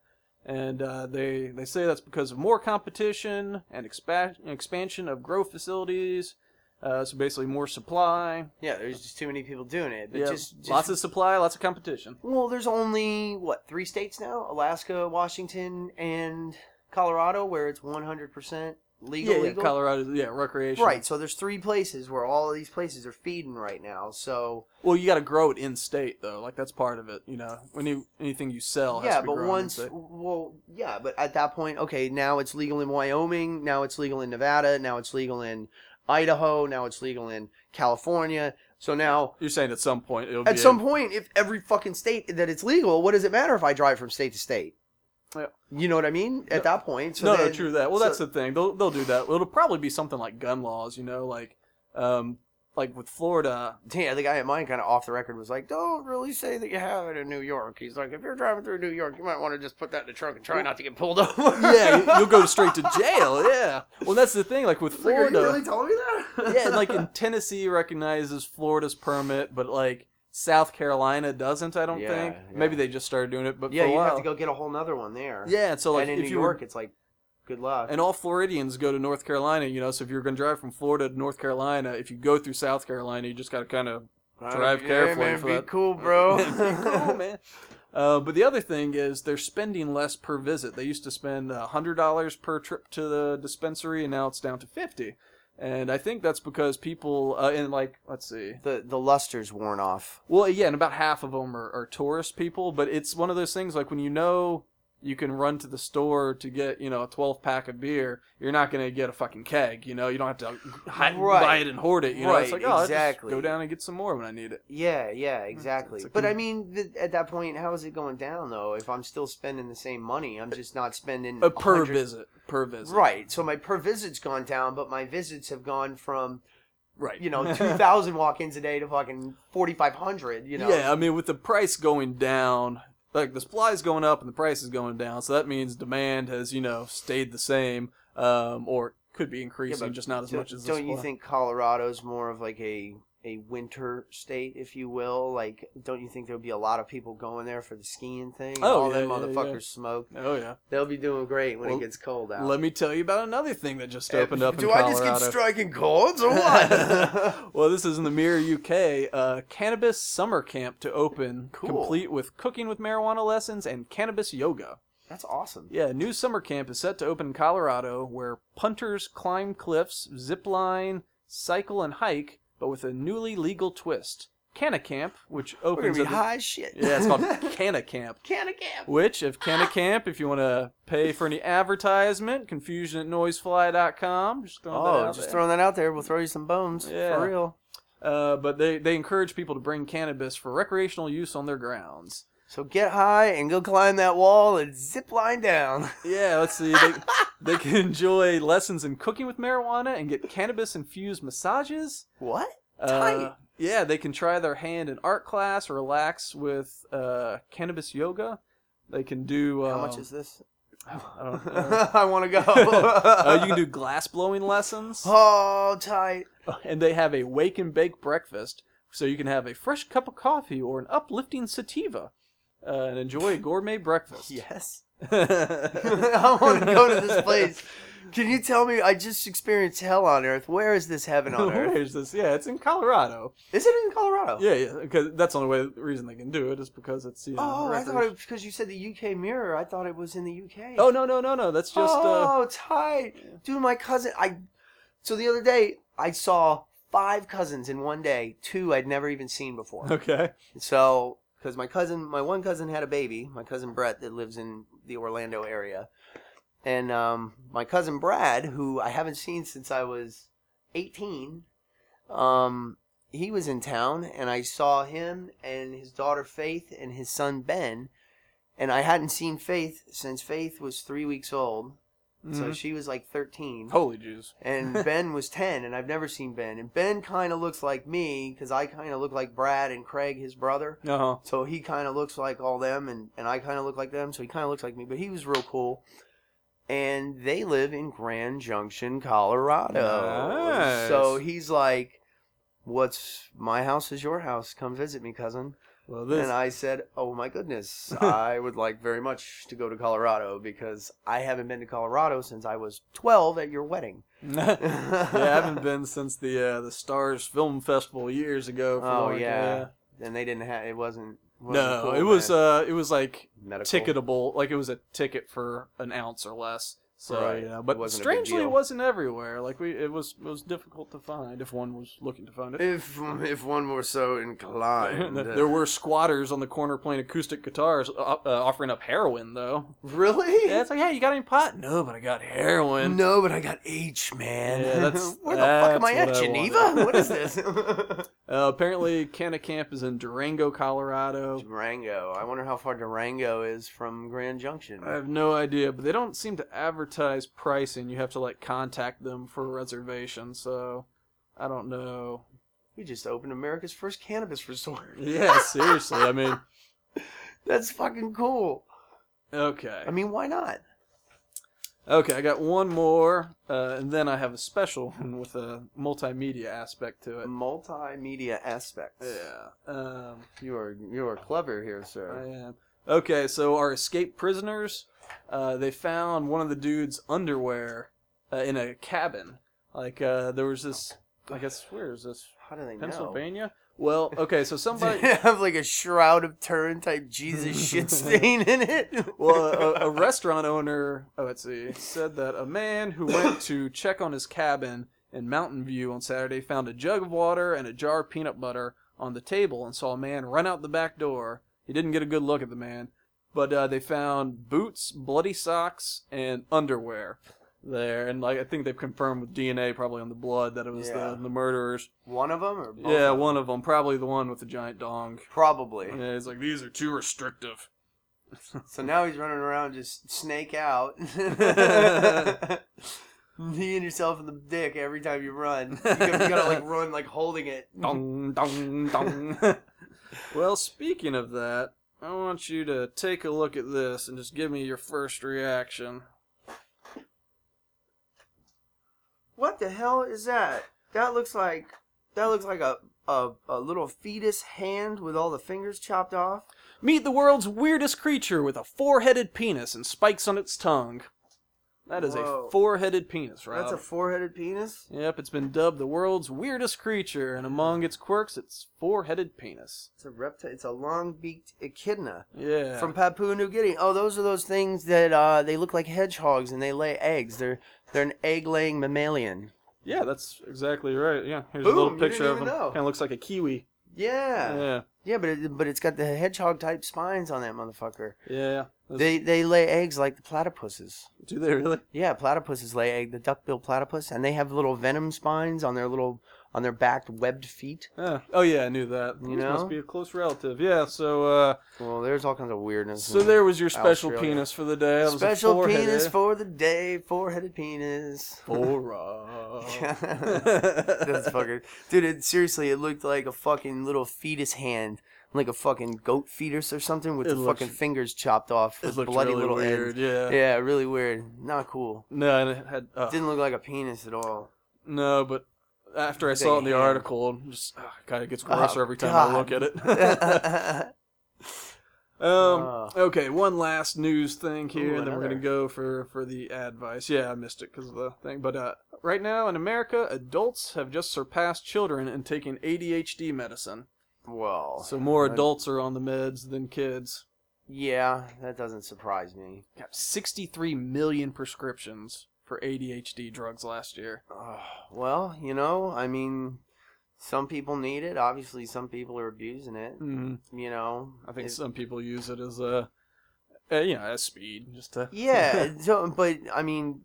B: And uh, they they say that's because of more competition and expa- expansion of grow facilities, Uh, so basically, more supply.
A: Yeah, there's just too many people doing it. But
B: Yeah,
A: just, just
B: lots of supply, lots of competition.
A: Well, there's only what three states now: Alaska, Washington, and Colorado, where it's 100% legal.
B: yeah, yeah,
A: legal.
B: Colorado. Yeah, recreation.
A: Right. So there's three places where all of these places are feeding right now. So
B: Well, you got to grow it in state though. Like that's part of it. You know, when you anything you sell. Has
A: yeah,
B: to be
A: but
B: grown
A: once,
B: In state.
A: well, yeah, but at that point, okay, now it's legal in Wyoming. Now it's legal in Nevada. Now it's legal in Idaho. Now it's legal in California. So now.
B: You're saying at some point it'll
A: At
B: be
A: some point, if every fucking state that it's legal, what does it matter if I drive from state to state?
B: Yeah.
A: You know what I mean? At that point, so
B: no, no,
A: then-
B: true that. Well,
A: so-
B: that's the thing. They'll they'll do that. It'll probably be something like gun laws. You know, like um like with Florida.
A: Yeah, the guy at mine kind of off the record was like, "Don't really say that you have it in New York." He's like, "If you're driving through New York, you might want to just put that in the trunk and try not to get pulled *laughs* over."
B: Yeah, you- *laughs* you'll go straight to jail. Yeah. Well, that's the thing. Like with
A: Like, are
B: Florida.
A: you really telling me that?
B: yeah,
A: *laughs*
B: and, *laughs* like in Tennessee recognizes Florida's permit, but like South Carolina doesn't. I don't
A: Yeah,
B: think.
A: yeah.
B: Maybe they just started doing it, but
A: yeah,
B: for a
A: you
B: while.
A: have to go get a whole nother one there.
B: Yeah, and so like
A: and in
B: if
A: New
B: you were-
A: York, it's like, good luck.
B: and all Floridians go to North Carolina, you know. So if you're going to drive from Florida to North Carolina, if you go through South Carolina, you just got to kind of drive
A: yeah,
B: carefully
A: man,
B: for
A: be
B: that. *laughs*
A: cool, bro.
B: cool, man. Uh, but the other thing is they're spending less per visit. They used to spend uh, hundred dollars per trip to the dispensary, and now it's down to fifty. And I think that's because people uh, and like let's see,
A: *laughs* the the luster's worn off.
B: well, yeah, and about half of them are, are tourist people, but it's one of those things like when you know you can run to the store to get, you know, a 12 pack of beer, you're not going to get a fucking keg, you know? You don't have to hide,
A: Right.
B: buy it and hoard it, you know? It's
A: Right,
B: like, oh, I'll
A: exactly.
B: just go down and get some more when I need it.
A: Yeah, yeah, exactly.
B: it's a
A: but
B: con-
A: I mean, th- at that point, how is it going down though? If I'm still spending the same money, I'm just not spending
B: Uh, per
A: 100
B: visit. Per visit.
A: Right. So my per visit's gone down, but my visits have gone from,
B: Right.
A: you
B: *laughs*
A: know, 2,000 walk ins a day to fucking 4,500, you know?
B: Yeah, I mean, with the price going down, like the supply's going up and the price is going down, so that means demand has, you know, stayed the same um, or could be increasing,
A: but
B: just not as
A: Don't-
B: much as the
A: don't you
B: supply.
A: think Colorado's more of like a a winter state, if you will? Like, don't you think there'll be a lot of people going there for the skiing thing?
B: Oh,
A: All
B: yeah,
A: them
B: yeah,
A: motherfuckers
B: yeah.
A: smoke.
B: Oh, yeah.
A: They'll be doing great when
B: Well,
A: it gets cold out.
B: Let me tell you about another thing that just opened up in
A: Eh, Do I
B: Colorado.
A: just get striking colds or
B: *laughs*
A: what?
B: well, this is in the Mirror UK. Uh, cannabis summer camp to open,
A: Cool.
B: complete with cooking with marijuana lessons and cannabis yoga.
A: That's awesome.
B: Yeah, a new summer camp is set to open in Colorado, where punters climb cliffs, zip line, cycle, and hike, but with a newly legal twist. Canna Camp, which
A: We're gonna
B: opens.
A: be
B: at the-
A: high as shit.
B: yeah, it's
A: *laughs*
B: called Canna Camp.
A: Can of camp.
B: Which, if Canna Camp, if you want to pay for any advertisement, confusion at noisefly.com. Just throwing that
A: Oh,
B: out
A: just
B: there.
A: throwing that out there. We'll throw you some bones
B: Yeah.
A: for real.
B: Uh, but they, they encourage people to bring cannabis for recreational use on their grounds.
A: So get high and go climb that wall and zip line down. *laughs*
B: Yeah, let's see. *laughs* They, they can enjoy lessons in cooking with marijuana and get cannabis infused massages.
A: What?
B: Uh,
A: Tight.
B: yeah, they can try their hand in art class or relax with uh, cannabis yoga. They can do.
A: How
B: um,
A: much is
B: *laughs*
A: this? *laughs*
B: *sighs* I don't know.
A: I want to
B: *laughs*
A: go.
B: Uh, you can do glass blowing lessons.
A: Oh, tight.
B: and they have a wake and bake breakfast, so you can have a fresh cup of coffee or an uplifting sativa, uh,
A: *laughs*
B: and enjoy a gourmet breakfast. *laughs*
A: Yes. *laughs* I
B: I
A: want to go to this
B: *laughs*
A: place. Can you tell me? I just experienced hell on earth. Where is this heaven on
B: *laughs* Where
A: earth?
B: is this? Yeah, it's in Colorado.
A: Is it in Colorado?
B: Yeah, yeah, because that's the only way reason they can do it is because it's you know.
A: Oh, I thought it
B: recreation-
A: was because you said the UK mirror. I thought it was in the UK.
B: Oh no no no no! That's just. Uh,
A: oh, tight, dude. My cousin, I. So the other day, I saw five cousins in one day. Two I'd never even seen
B: *laughs*
A: before.
B: okay.
A: so, because my cousin, my one cousin had a baby, my cousin Brett that lives in the Orlando area, and um, my cousin Brad, who I haven't seen since I was eighteen, um, he was in town, and I saw him and his daughter Faith and his son Ben. And I hadn't seen Faith since Faith was three weeks old. So
B: Mhm.
A: she was like 13.
B: Holy Jews.
A: And Ben was 10, and I've never seen Ben. And Ben kind of looks like me because I kind of look like Brad and Craig, his brother.
B: Uh huh.
A: So he kind of looks like all them, and, and I kind of look like them. So he kind of looks like me, but he was real cool. And they live in Grand Junction, Colorado.
B: Nice.
A: So he's like, What's my house is your house. Come visit me, cousin.
B: Well, this
A: And I said, "Oh my
B: *laughs*
A: goodness, I would like very much to go to Colorado because I haven't been to Colorado since I was 12 at your wedding." *laughs*
B: *laughs* yeah, I haven't been since the uh, the Stars Film Festival years ago. For
A: Oh,
B: like, uh,
A: yeah. And they didn't have it wasn't, wasn't
B: No,
A: cool
B: it was
A: then.
B: uh, it was like
A: Medical.
B: ticketable, like it was a ticket for an ounce or less. So
A: Right.
B: you know,
A: It
B: but
A: wasn't a big
B: strangely,
A: deal.
B: it wasn't everywhere. Like we, it was it was difficult to find if one was looking to find it.
A: If if one were so inclined,
B: *laughs* there were squatters on the corner playing acoustic guitars, uh, uh, offering up heroin though.
A: really
B: Yeah, it's like, hey, you got any pot? No, but I got heroin.
A: no, but I got H, man.
B: Yeah, that's-
A: *laughs* where the fuck am
B: that's
A: I at,
B: what I
A: Geneva?
B: wanted.
A: what is
B: *laughs*
A: this? *laughs*
B: Uh, apparently, Canna Camp is in Durango, Colorado.
A: Durango. I wonder how far Durango is from Grand Junction.
B: I have no idea, but they don't seem to advertise pricing. You have to like contact them for a reservation, so I don't know.
A: we just opened America's first cannabis resort. *laughs*
B: Yeah, seriously. I mean,
A: That's fucking cool.
B: okay.
A: I mean, why not?
B: Okay, I got one more, uh, and then I have a special *laughs* one with a multimedia aspect to it.
A: Multimedia aspects.
B: Yeah. Um,
A: You are you are clever here,
B: I
A: sir.
B: am. Okay, so our escaped prisoners, uh, they found one of the dude's underwear uh, in a cabin. Like uh, there was this. I guess where is this?
A: How do they *laughs* know?
B: Pennsylvania. Well, okay, so
A: Does
B: somebody.
A: *laughs* it have like a shroud of Turin type Jesus
B: *laughs*
A: shit stain in it?
B: Well,
A: *laughs*
B: uh, a, a restaurant owner, oh, let's see, said that a man who went to check on his cabin in Mountain View on Saturday found a jug of water and a jar of peanut butter on the table and saw a man run out the back door. He didn't get a good look at the man, but uh, they found boots, bloody socks, and underwear there. And like I think they've confirmed with DNA probably on the blood that it was
A: Yeah.
B: the, the murderers.
A: one of them, or both
B: yeah,
A: of 'em?
B: one of them, probably the one with the giant dong.
A: probably.
B: Yeah, it's like these are too restrictive.
A: *laughs* So now he's running around just snake
B: *laughs*
A: out, *laughs* kneeing yourself in the dick every time you
B: *laughs*
A: run. You gotta, you gotta like run like holding it.
B: dong, dong, dong. well, speaking of that, I want you to take a look at this and just give me your first reaction.
A: What the hell is that? That looks like that looks like a a, a little fetus hand with all the fingers chopped off.
B: Meet the world's weirdest creature with a four headed penis and spikes on its tongue. That is
A: Whoa.
B: a four headed penis, right?
A: That's a four-headed penis.
B: Yep, it's been dubbed the world's weirdest creature, and among its quirks, it's four headed penis.
A: It's a reptile. It's a long-beaked echidna
B: Yeah.
A: from Papua New Guinea. Oh, those are those things that uh, they look like hedgehogs and they lay eggs. They're they're an egg-laying mammalian.
B: yeah, that's exactly right. Yeah, here's
A: Boom,
B: a little
A: you didn't
B: picture of
A: even
B: him.
A: know.
B: Kind of looks like a kiwi.
A: Yeah.
B: Yeah.
A: Yeah, but it, but it's got the hedgehog type spines on that motherfucker.
B: Yeah.
A: They they lay eggs like the platypuses.
B: Do they really?
A: Yeah, platypuses lay egg, the duck-billed platypus, and they have little venom spines on their little on their back webbed feet.
B: Uh, oh yeah, I knew that.
A: You
B: These
A: know?
B: must be a close relative. Yeah. So, uh,
A: Well, there's all kinds of weirdness.
B: so
A: in-
B: there was your special
A: Australia.
B: penis for the eh? day. That was a
A: special penis
B: four-headed- *laughs*
A: for the day, four-headed penis.
B: For, uh,
A: That's fucking dude. It, seriously, it looked like a fucking little fetus hand, like a fucking goat fetus or something, with
B: It
A: the
B: looks-
A: fucking fingers chopped off,
B: *laughs* It
A: with
B: looked
A: bloody
B: really
A: little
B: weird.
A: ends.
B: Yeah.
A: Yeah, really weird. Not cool.
B: No, and it had uh,
A: Didn't look like a penis at all.
B: *laughs*
A: *laughs*
B: no, but after I
A: Big
B: saw it in the
A: hand.
B: article, I'm just uh, God, it gets
A: Oh,
B: grosser every time I look at
A: God.
B: it.
A: Ah.
B: *laughs*
A: *laughs*
B: um. Okay, one last news thing here,
A: Ooh,
B: and then we're
A: another.
B: gonna go for for the advice. Yeah, I missed it because of the thing. But uh, right now in America, adults have just surpassed children in taking ADHD medicine.
A: well,
B: So more
A: Right.
B: adults are on the meds than kids.
A: yeah, that doesn't surprise me.
B: Got 63 million prescriptions for ADHD drugs last year.
A: Uh, well, you know, I mean, some people need it. Obviously, some people are abusing it.
B: Mm,
A: You know,
B: I think
A: It-
B: some people use it as a, uh, you know, as speed, just to.
A: *laughs* Yeah, so, but I mean,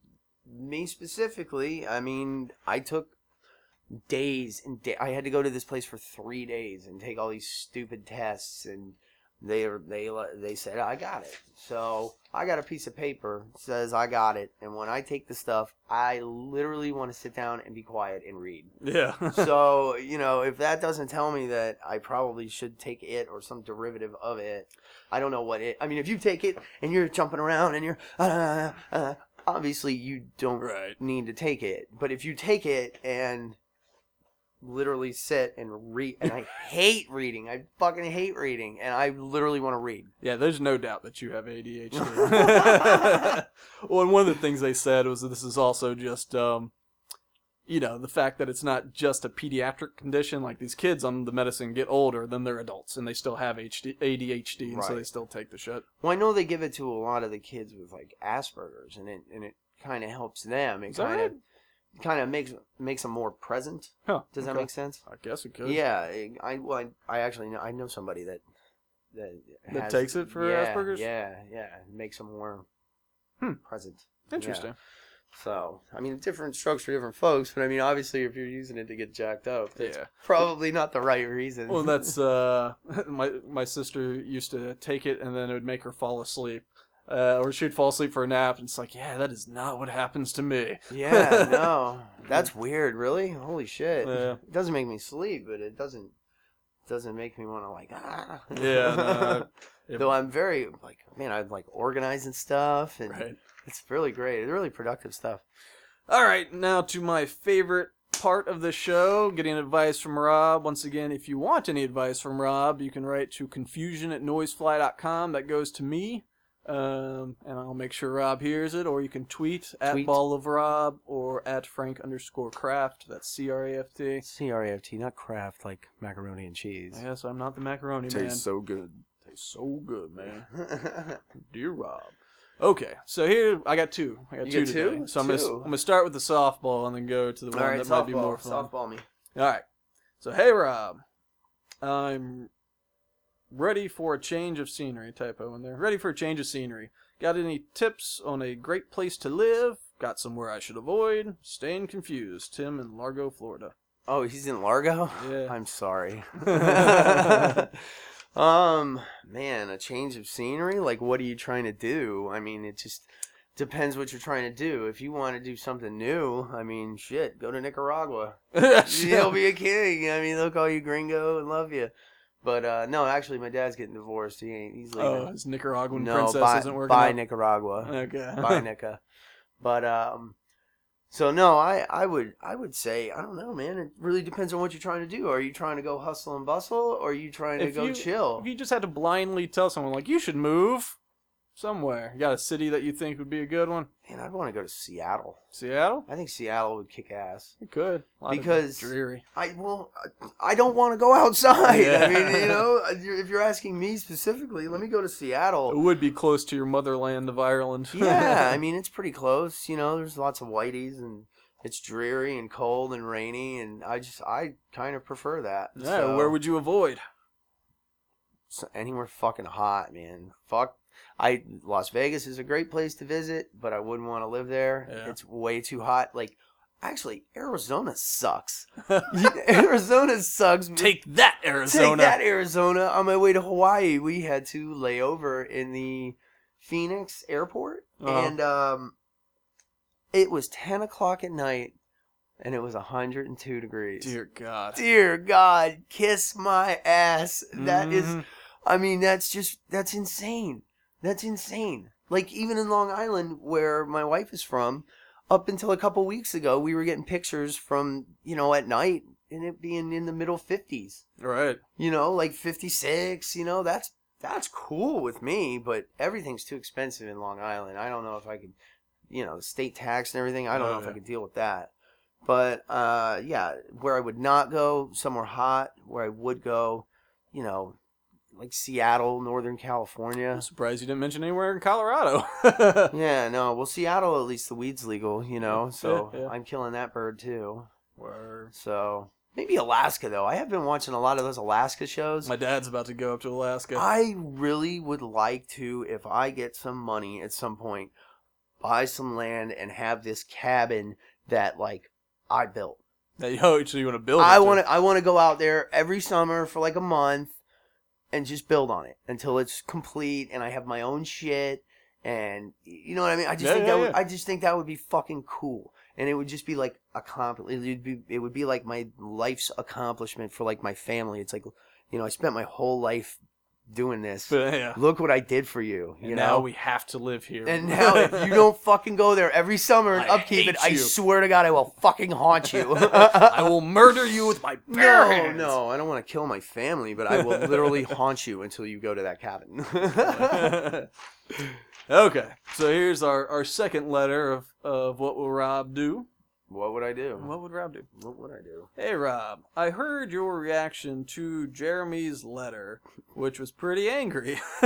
A: me specifically, I mean, I took days and day. I had to go to this place for three days and take all these stupid tests, and they were- they le- they said I got it. So I got a piece of paper that says I got it, and when I take the stuff, I literally want to sit down and be quiet and read.
B: *laughs* *laughs* yeah.
A: so you know, if that doesn't tell me that I probably should take it or some derivative of it, I don't know what it. I mean, if you take it and you're jumping around and you're uh, uh, obviously you don't
B: right.
A: need to take it, but if you take it and literally sit and read.
B: *laughs*
A: And I hate reading. I fucking hate reading. And I literally want to read.
B: Yeah, there's no doubt that you have ADHD. *laughs* well, and one of the things they said was that this is also just, um, you know, the fact that it's not just a pediatric condition. Like these kids on the medicine get older than they're adults, and they still have HD, ADHD, and so
A: Right.
B: they still take the shit.
A: Well, I know they give it to a lot of the kids with like Asperger's, and it and it kind of helps them. It
B: Is that
A: kind of
B: right?
A: kind of makes makes them more present.
B: Huh,
A: Does that
B: okay.
A: make sense?
B: I guess it could.
A: Yeah, eh, I- I well, I, I actually know I know somebody that that,
B: That takes it for
A: yeah,
B: Asperger's?
A: Yeah, yeah, it makes them more
B: Hmm.
A: present.
B: Interesting.
A: So I mean, different strokes for different folks, but I mean, obviously, if you're using it to get jacked up,
B: Yeah.
A: that's probably not the right reason.
B: Well, that's uh, *laughs* my my sister used to take it, and then it would make her fall asleep, uh, or she'd fall asleep for a nap, and it's like, yeah, that is not what happens to me.
A: *laughs*
B: *laughs*
A: yeah, no, that's weird. Really, holy shit!
B: Yeah.
A: It doesn't make me sleep, but it doesn't doesn't make me want to like ah.
B: Yeah,
A: *laughs*
B: no, it-
A: Though I'm very like man, I'm like organizing stuff, and
B: *laughs* Right.
A: it's really great. It's really productive stuff.
B: All right, now to my favorite part of the show getting advice from Rob. Once again, if you want any advice from Rob, you can write to confusion at noisefly.com. That goes to me. Um, and I'll make sure Rob hears it, or you can tweet at
A: Tweet.
B: ball of Rob or at Frank underscore craft. That's C R A F T.
A: C R A F T, not craft like macaroni and cheese.
B: Yes, I'm not the macaroni man.
C: so good.
B: Tastes so
A: *laughs*
B: good, man. Dear Rob. Okay, so here I got two. I got
A: You
B: two
A: got
B: today.
A: two?
B: So i I'm gonna
A: Two.
B: I'm gonna start with the softball and then go to the
A: All
B: one
A: right,
B: that
A: softball,
B: might be more fun.
A: softball me.
B: All right. So hey Rob, I'm ready for a change of scenery. Typo in there. Ready for a change of scenery. Got any tips on a great place to live? Got somewhere I should avoid? Staying confused. Tim in Largo, Florida.
A: Oh, he's in Largo.
B: Yeah.
A: I'm
B: *laughs*
A: sorry. *laughs* um, man, a change of scenery. Like, what are you trying to do? I mean, it just depends what you're trying to do. If you want to do something new, I mean, shit, go to
B: *laughs*
A: Nicaragua. *laughs* You'll be a king. I mean, they'll call you gringo and love you. But uh, no, actually, my dad's getting divorced. He ain't. He's leaving.
B: Oh, his Nicaraguan
A: no,
B: princess
A: bye,
B: isn't working.
A: bye
B: out?
A: Nicaragua.
B: Okay. *laughs*
A: Bye, Nica. But um, so no, I I would I would say I don't know, man. It really depends on what you're trying to do. Are you trying to go hustle and bustle, or are you trying to
B: If
A: go
B: you-
A: chill?
B: If you just had to blindly tell someone like you should move somewhere, you got a city that you think would be a good one?
A: Man, I'd want to go to Seattle.
B: Seattle?
A: I think Seattle would kick ass.
B: You could. A lot of
A: Because-
B: dreary.
A: I well, I- I don't want to go *laughs* outside.
B: Yeah.
A: I mean, you know, if you're asking me specifically, let me go to Seattle.
B: It would be close to your motherland of Ireland. *laughs*
A: yeah, I mean it's pretty close. You know, there's lots of whiteys and it's dreary and cold and rainy, and I just I kind of prefer that.
B: Yeah,
A: So,
B: where would you avoid?
A: so anywhere fucking hot, man? Fuck, I Las Vegas is a great place to visit, but I wouldn't want to live there.
B: Yeah.
A: It's way too hot. Like, actually, Arizona
B: *laughs*
A: sucks. *laughs* Arizona sucks.
B: Take that, Arizona.
A: Take that, Arizona. On my way to Hawaii, we had to lay over in the Phoenix airport.
B: Uh-huh.
A: And um, it was 10 o'clock at night, and it was 102 degrees.
B: Dear God.
A: Dear God, kiss my ass. That is,
B: Mhm.
A: I mean, that's just, that's insane. That's insane. Like, even in Long Island, where my wife is from, up until a couple weeks ago, we were getting pictures from, you know, at night, and it being in the middle 50s
B: right.
A: you know like 56 you know that's that's cool with me but everything's too expensive in long island i don't know if i could you know state tax and everything i don't
B: Oh,
A: know if
B: yeah.
A: i could deal with that but uh yeah where i would not go somewhere hot where i would go you know like seattle northern california
B: I'm surprised you didn't mention anywhere
A: *laughs*
B: in Colorado.
A: yeah no well seattle at least the weed's legal you know so
B: Yeah, yeah.
A: i'm killing that bird too
B: Where
A: so maybe alaska though i have been watching a lot of those alaska shows
B: my dad's about to go up to Alaska.
A: I really would like to, if I get some money at some point, buy some land and have this cabin that like I built.
B: That yo, so you want to build?
A: I
B: it,
A: want to. I want to go out there every summer for like a month and just build on it until it's complete and I have my own shit. And you know what I mean? I just
B: Yeah,
A: think
B: yeah,
A: that would,
B: yeah.
A: I just think that would be fucking cool. And it would just be like a compli- it would be it would be like my life's accomplishment for like my family. It's like you know, I spent my whole life doing this.
B: But yeah.
A: Look what I did for you. You
B: and
A: know.
B: now we have to live here. *laughs*
A: and now if you don't fucking go there every summer and
B: I
A: upkeep
B: hate
A: it, I
B: you.
A: swear to God, I will fucking haunt you. *laughs*
B: *laughs* I will murder you with my bare
A: No,
B: hands.
A: no, I don't want to kill my family, but I will
B: *laughs*
A: literally haunt you until you go to that cabin. *laughs*
B: *laughs* okay, so here's our, our second letter of, of what will Rob do?
A: what would I do?
B: What would Rob do?
A: What would I
B: *laughs*
A: do? *laughs*
B: Hey Rob, I heard your reaction to Jeremy's letter, which was pretty angry. *laughs*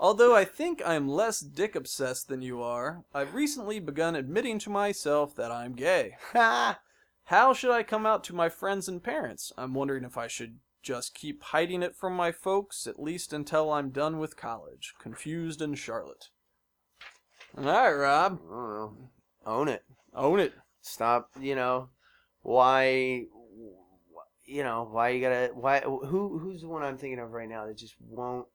B: Although I think I'm less dick obsessed than you are, I've recently begun admitting to myself that I'm gay.
A: Ha!
B: How should I come out to my friends and parents? I'm wondering if I should just keep hiding it from my folks, at least until I'm done with college. Confused in Charlotte. Alright,
A: I
B: Rob.
A: don't know. Own it.
B: Own it.
A: Stop. You know why? You know why you gotta? Why? Who? Who's the one I'm thinking of right now that just won't?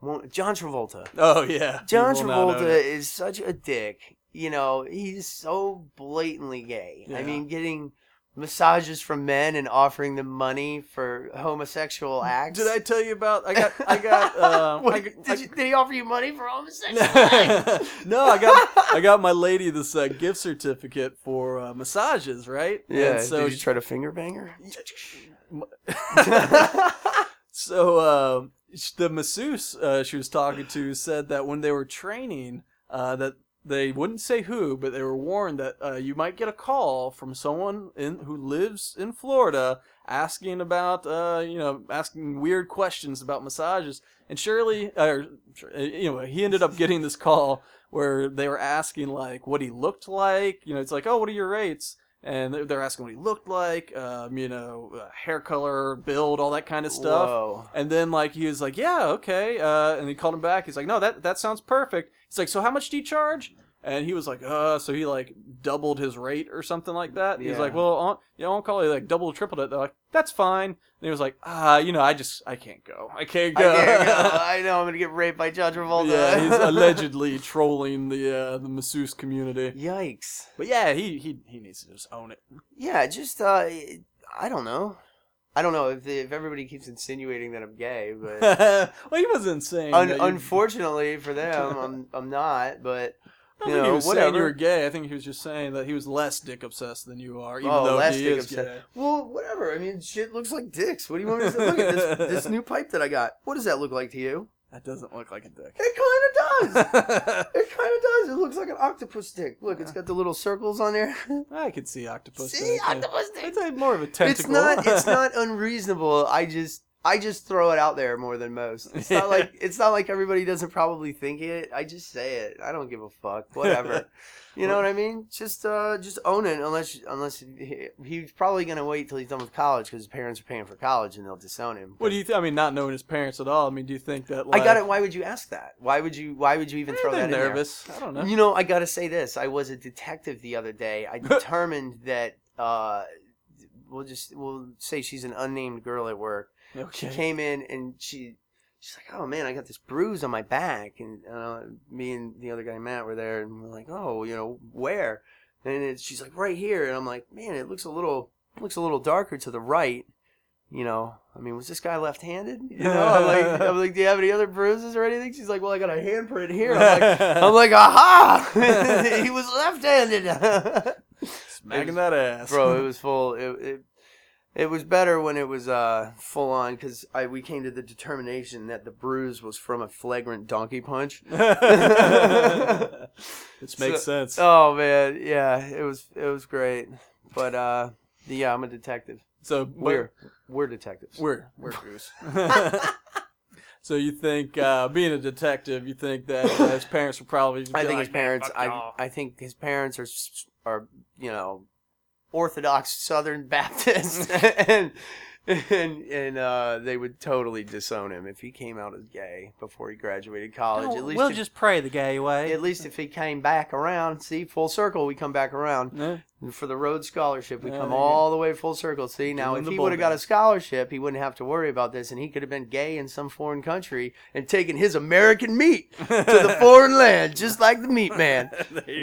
A: Won't John Travolta?
B: Oh, yeah.
A: John
B: You will not own
A: Travolta
B: it.
A: is such a dick. You know, he's so blatantly gay. I
B: Yeah.
A: mean, getting massages from men and offering them money for homosexual acts.
B: Did *laughs* I tell you about. I got.
A: *laughs*
B: I got. Uh,
A: What,
B: I
A: did,
B: got- I-
A: you, did he offer you money for *laughs*
B: *laughs*
A: homosexual acts?
B: no, I got I got my lady this uh, gift certificate for uh, massages, right?
A: Yeah.
B: And so
A: did you try to finger bang
B: *laughs*
A: her? *laughs*
B: so um, sh the masseuse uh, she was talking to said that when they were training, uh, that they wouldn't say who, but they were warned that uh, you might get a call from someone in who lives in Florida asking about uh, you know asking weird questions about massages. And Shirley, or uh, you know, he ended up getting this call where they were asking like what he looked like. You know, it's like, oh, what are your rates? And they're- they're asking what he looked like, um, you know, uh, hair color, build, all that kind of stuff. *laughs*
A: Whoa.
B: And then like he was like, yeah, okay. Uh, and he called him back. He's like, no, that that sounds perfect. He's like, so how much do you charge? And he was like, uh, so he like doubled his rate or something like that. He's
A: Yeah.
B: like, well, on, you know, on call, he like double, tripled it. They're like, that's fine. And he was like, ah, you know, I just, I can't go. I can't
A: I,
B: go.
A: can't go.
B: *laughs*
A: I know I'm gonna get raped by John Travolta.
B: yeah, *laughs* he's allegedly trolling the uh, the masseuse community.
A: *laughs* Yikes.
B: But yeah, he he he needs to just own it.
A: Yeah, just uh, I don't know. I don't know if if everybody keeps insinuating that I'm gay, but
B: *laughs* well, he wasn't saying.
A: un-
B: that *laughs* you-
A: unfortunately
B: *laughs*
A: for them, I'm I'm not. But
B: I don't
A: you
B: think he
A: know,
B: was saying you
A: whatever.
B: were gay. I think he was just saying that he was less dick obsessed than you are, even
A: Oh,
B: though
A: less
B: he
A: dick
B: is
A: obsessed.
B: gay.
A: well, whatever. I mean, shit looks like dicks. What do you want me to say? Look at this this new pipe that I got. What does that look like to you?
B: That doesn't look like a dick.
A: It kind of does. It kind of does. It looks like an octopus dick. Look, it's got the little circles on there.
B: *laughs*
A: *laughs*
B: I could see octopus.
A: See,
B: dick, yeah.
A: octopus dick.
B: It's like more of a tentacle.
A: It's not.
B: *laughs*
A: It's not unreasonable. I just. I just throw it out there more than most. It's not
B: *laughs*
A: like it's not like everybody doesn't probably think it. I just say it. I don't give a fuck.
B: *laughs*
A: Whatever. You know what I mean? Just uh, just own it. Unless unless he, he's probably gonna wait till he's done with college because his parents are paying for college and they'll disown him.
B: What do you? Th- I mean, not knowing his parents at all. I mean, do you think that?
A: I
B: Like,
A: got it. Why would you ask that? Why would you? Why would you even
B: eh,
A: throw
B: they're
A: that in there?
B: nervous. I don't know.
A: You know, I gotta say this. I was a detective the other day. I determined that uh, we'll just we'll say she's an unnamed girl at work. She
B: Okay.
A: came in and she she's like, "Oh man, I got this bruise on my back." And uh, me and the other guy Matt were there, and we're like, "Oh, you know where?" And it, she's like, "Right here." And I'm like, "Man, it looks a little looks a little darker to the right." You know, I mean, was this guy left-handed? You know, I'm like, I'm like, "Do you have any other bruises or anything?" She's like, "Well, I got a handprint
B: *laughs*
A: here." I'm like, I'm like, aha! *laughs* he was left-handed,
B: Smacking that ass,
A: bro. It
B: *laughs*
A: was full. It, it it was better when it was uh full on because I we came to the determination that the bruise was from a flagrant donkey punch. *laughs*
B: Which makes sense.
A: Oh man, yeah, it was it was great. But uh, yeah, I'm a detective.
B: so
A: We're we're detectives.
B: We're we're goose. *laughs* so you think uh, being a detective, you think that uh, his parents would probably?
A: I
B: be
A: think
B: like,
A: his parents.
B: "Fuck
A: I
B: off."
A: I think his parents are s- are you know Orthodox Southern *laughs*
B: *laughs*
A: Baptist, and and and uh, they would totally disown him if he came out as gay before he graduated college. at least if,
B: Oh, just pray the gay away.
A: at least if he came back around. See, full circle. We come back around And for the Rhodes scholarship. We
B: Yeah,
A: come
B: there you
A: all the way full circle. See, now
B: Doing
A: if
B: the
A: he would have got
B: bulldoze.
A: a scholarship, he wouldn't have to worry about this, and he could have been gay in some foreign country and taken his American meat to
B: *laughs*
A: the foreign land, just like the meat man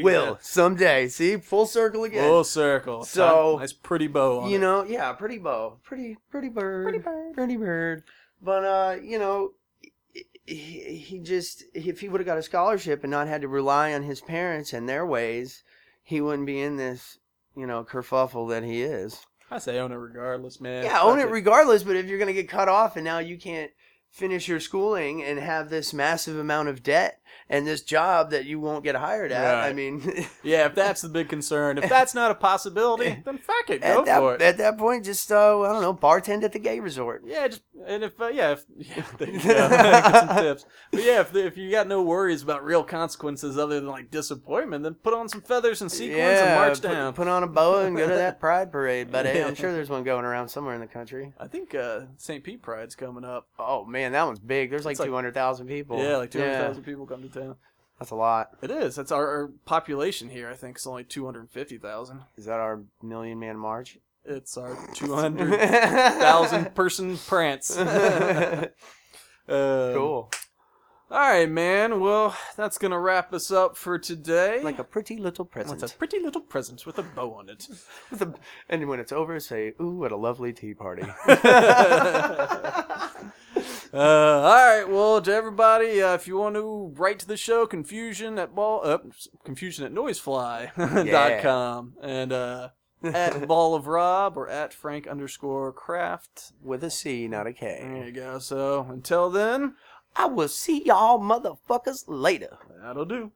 A: will someday. See, full circle again.
B: full circle.
A: So,
B: nice pretty bow on
A: you
B: it.
A: know, yeah, pretty bow, pretty pretty bird, pretty bird, pretty bird. But uh, you know, he, he just if he would have got a scholarship and not had to rely on his parents and their ways, he wouldn't be in this you know kerfuffle that he is.
B: I say own it regardless, man.
A: Yeah, own
B: Fuck
A: it regardless. But if you're gonna get cut off and now you can't finish your schooling and have this massive amount of debt and this job that you won't get hired at, I
B: Right.
A: mean, *laughs*
B: yeah, if that's the big concern, if that's not a possibility, then fuck it, go
A: at that
B: for it.
A: at that point, just uh, I don't know, bartend at the gay resort.
B: yeah, just and if uh, yeah, if, *laughs* yeah, *laughs* there you go. Get some tips. But yeah, if if you got no worries about real consequences other than like disappointment, then put on some feathers and sequins and march
A: put,
B: down.
A: put on a boa and go to
B: *laughs*
A: that pride parade, buddy.
B: Yeah.
A: I'm sure there's one going around somewhere in the country.
B: I think uh, St. Pete Pride's coming up.
A: Oh man, that one's big. There's like,
B: It's like-
A: 200,000 people.
B: Yeah, like two hundred
A: Yeah,
B: thousand people come to town.
A: that's a lot.
B: It is. That's our, our population here. I think it's only two hundred fifty thousand.
A: Is that our million man march?
B: It's *laughs* our two hundred thousand *laughs* person *laughs* prance. Uh,
A: *laughs* cool.
B: All right, man. Well, that's gonna wrap us up for today.
A: Like a pretty little present.
B: it's a pretty little present with a bow on it.
A: With a- and when it's over, say, "Ooh, what a lovely tea
B: *laughs*
A: party." *laughs*
B: Uh, all right. Well, to everybody, uh, if you want to write to the show, confusion at ball uh, confusion at noisefly *laughs* dot
A: Yeah.
B: com and uh, at ball of rob or at frank underscore craft.
A: With a C, not a
B: There
A: K.
B: you go. So until then,
A: I will see y'all motherfuckers later.
B: that'll do.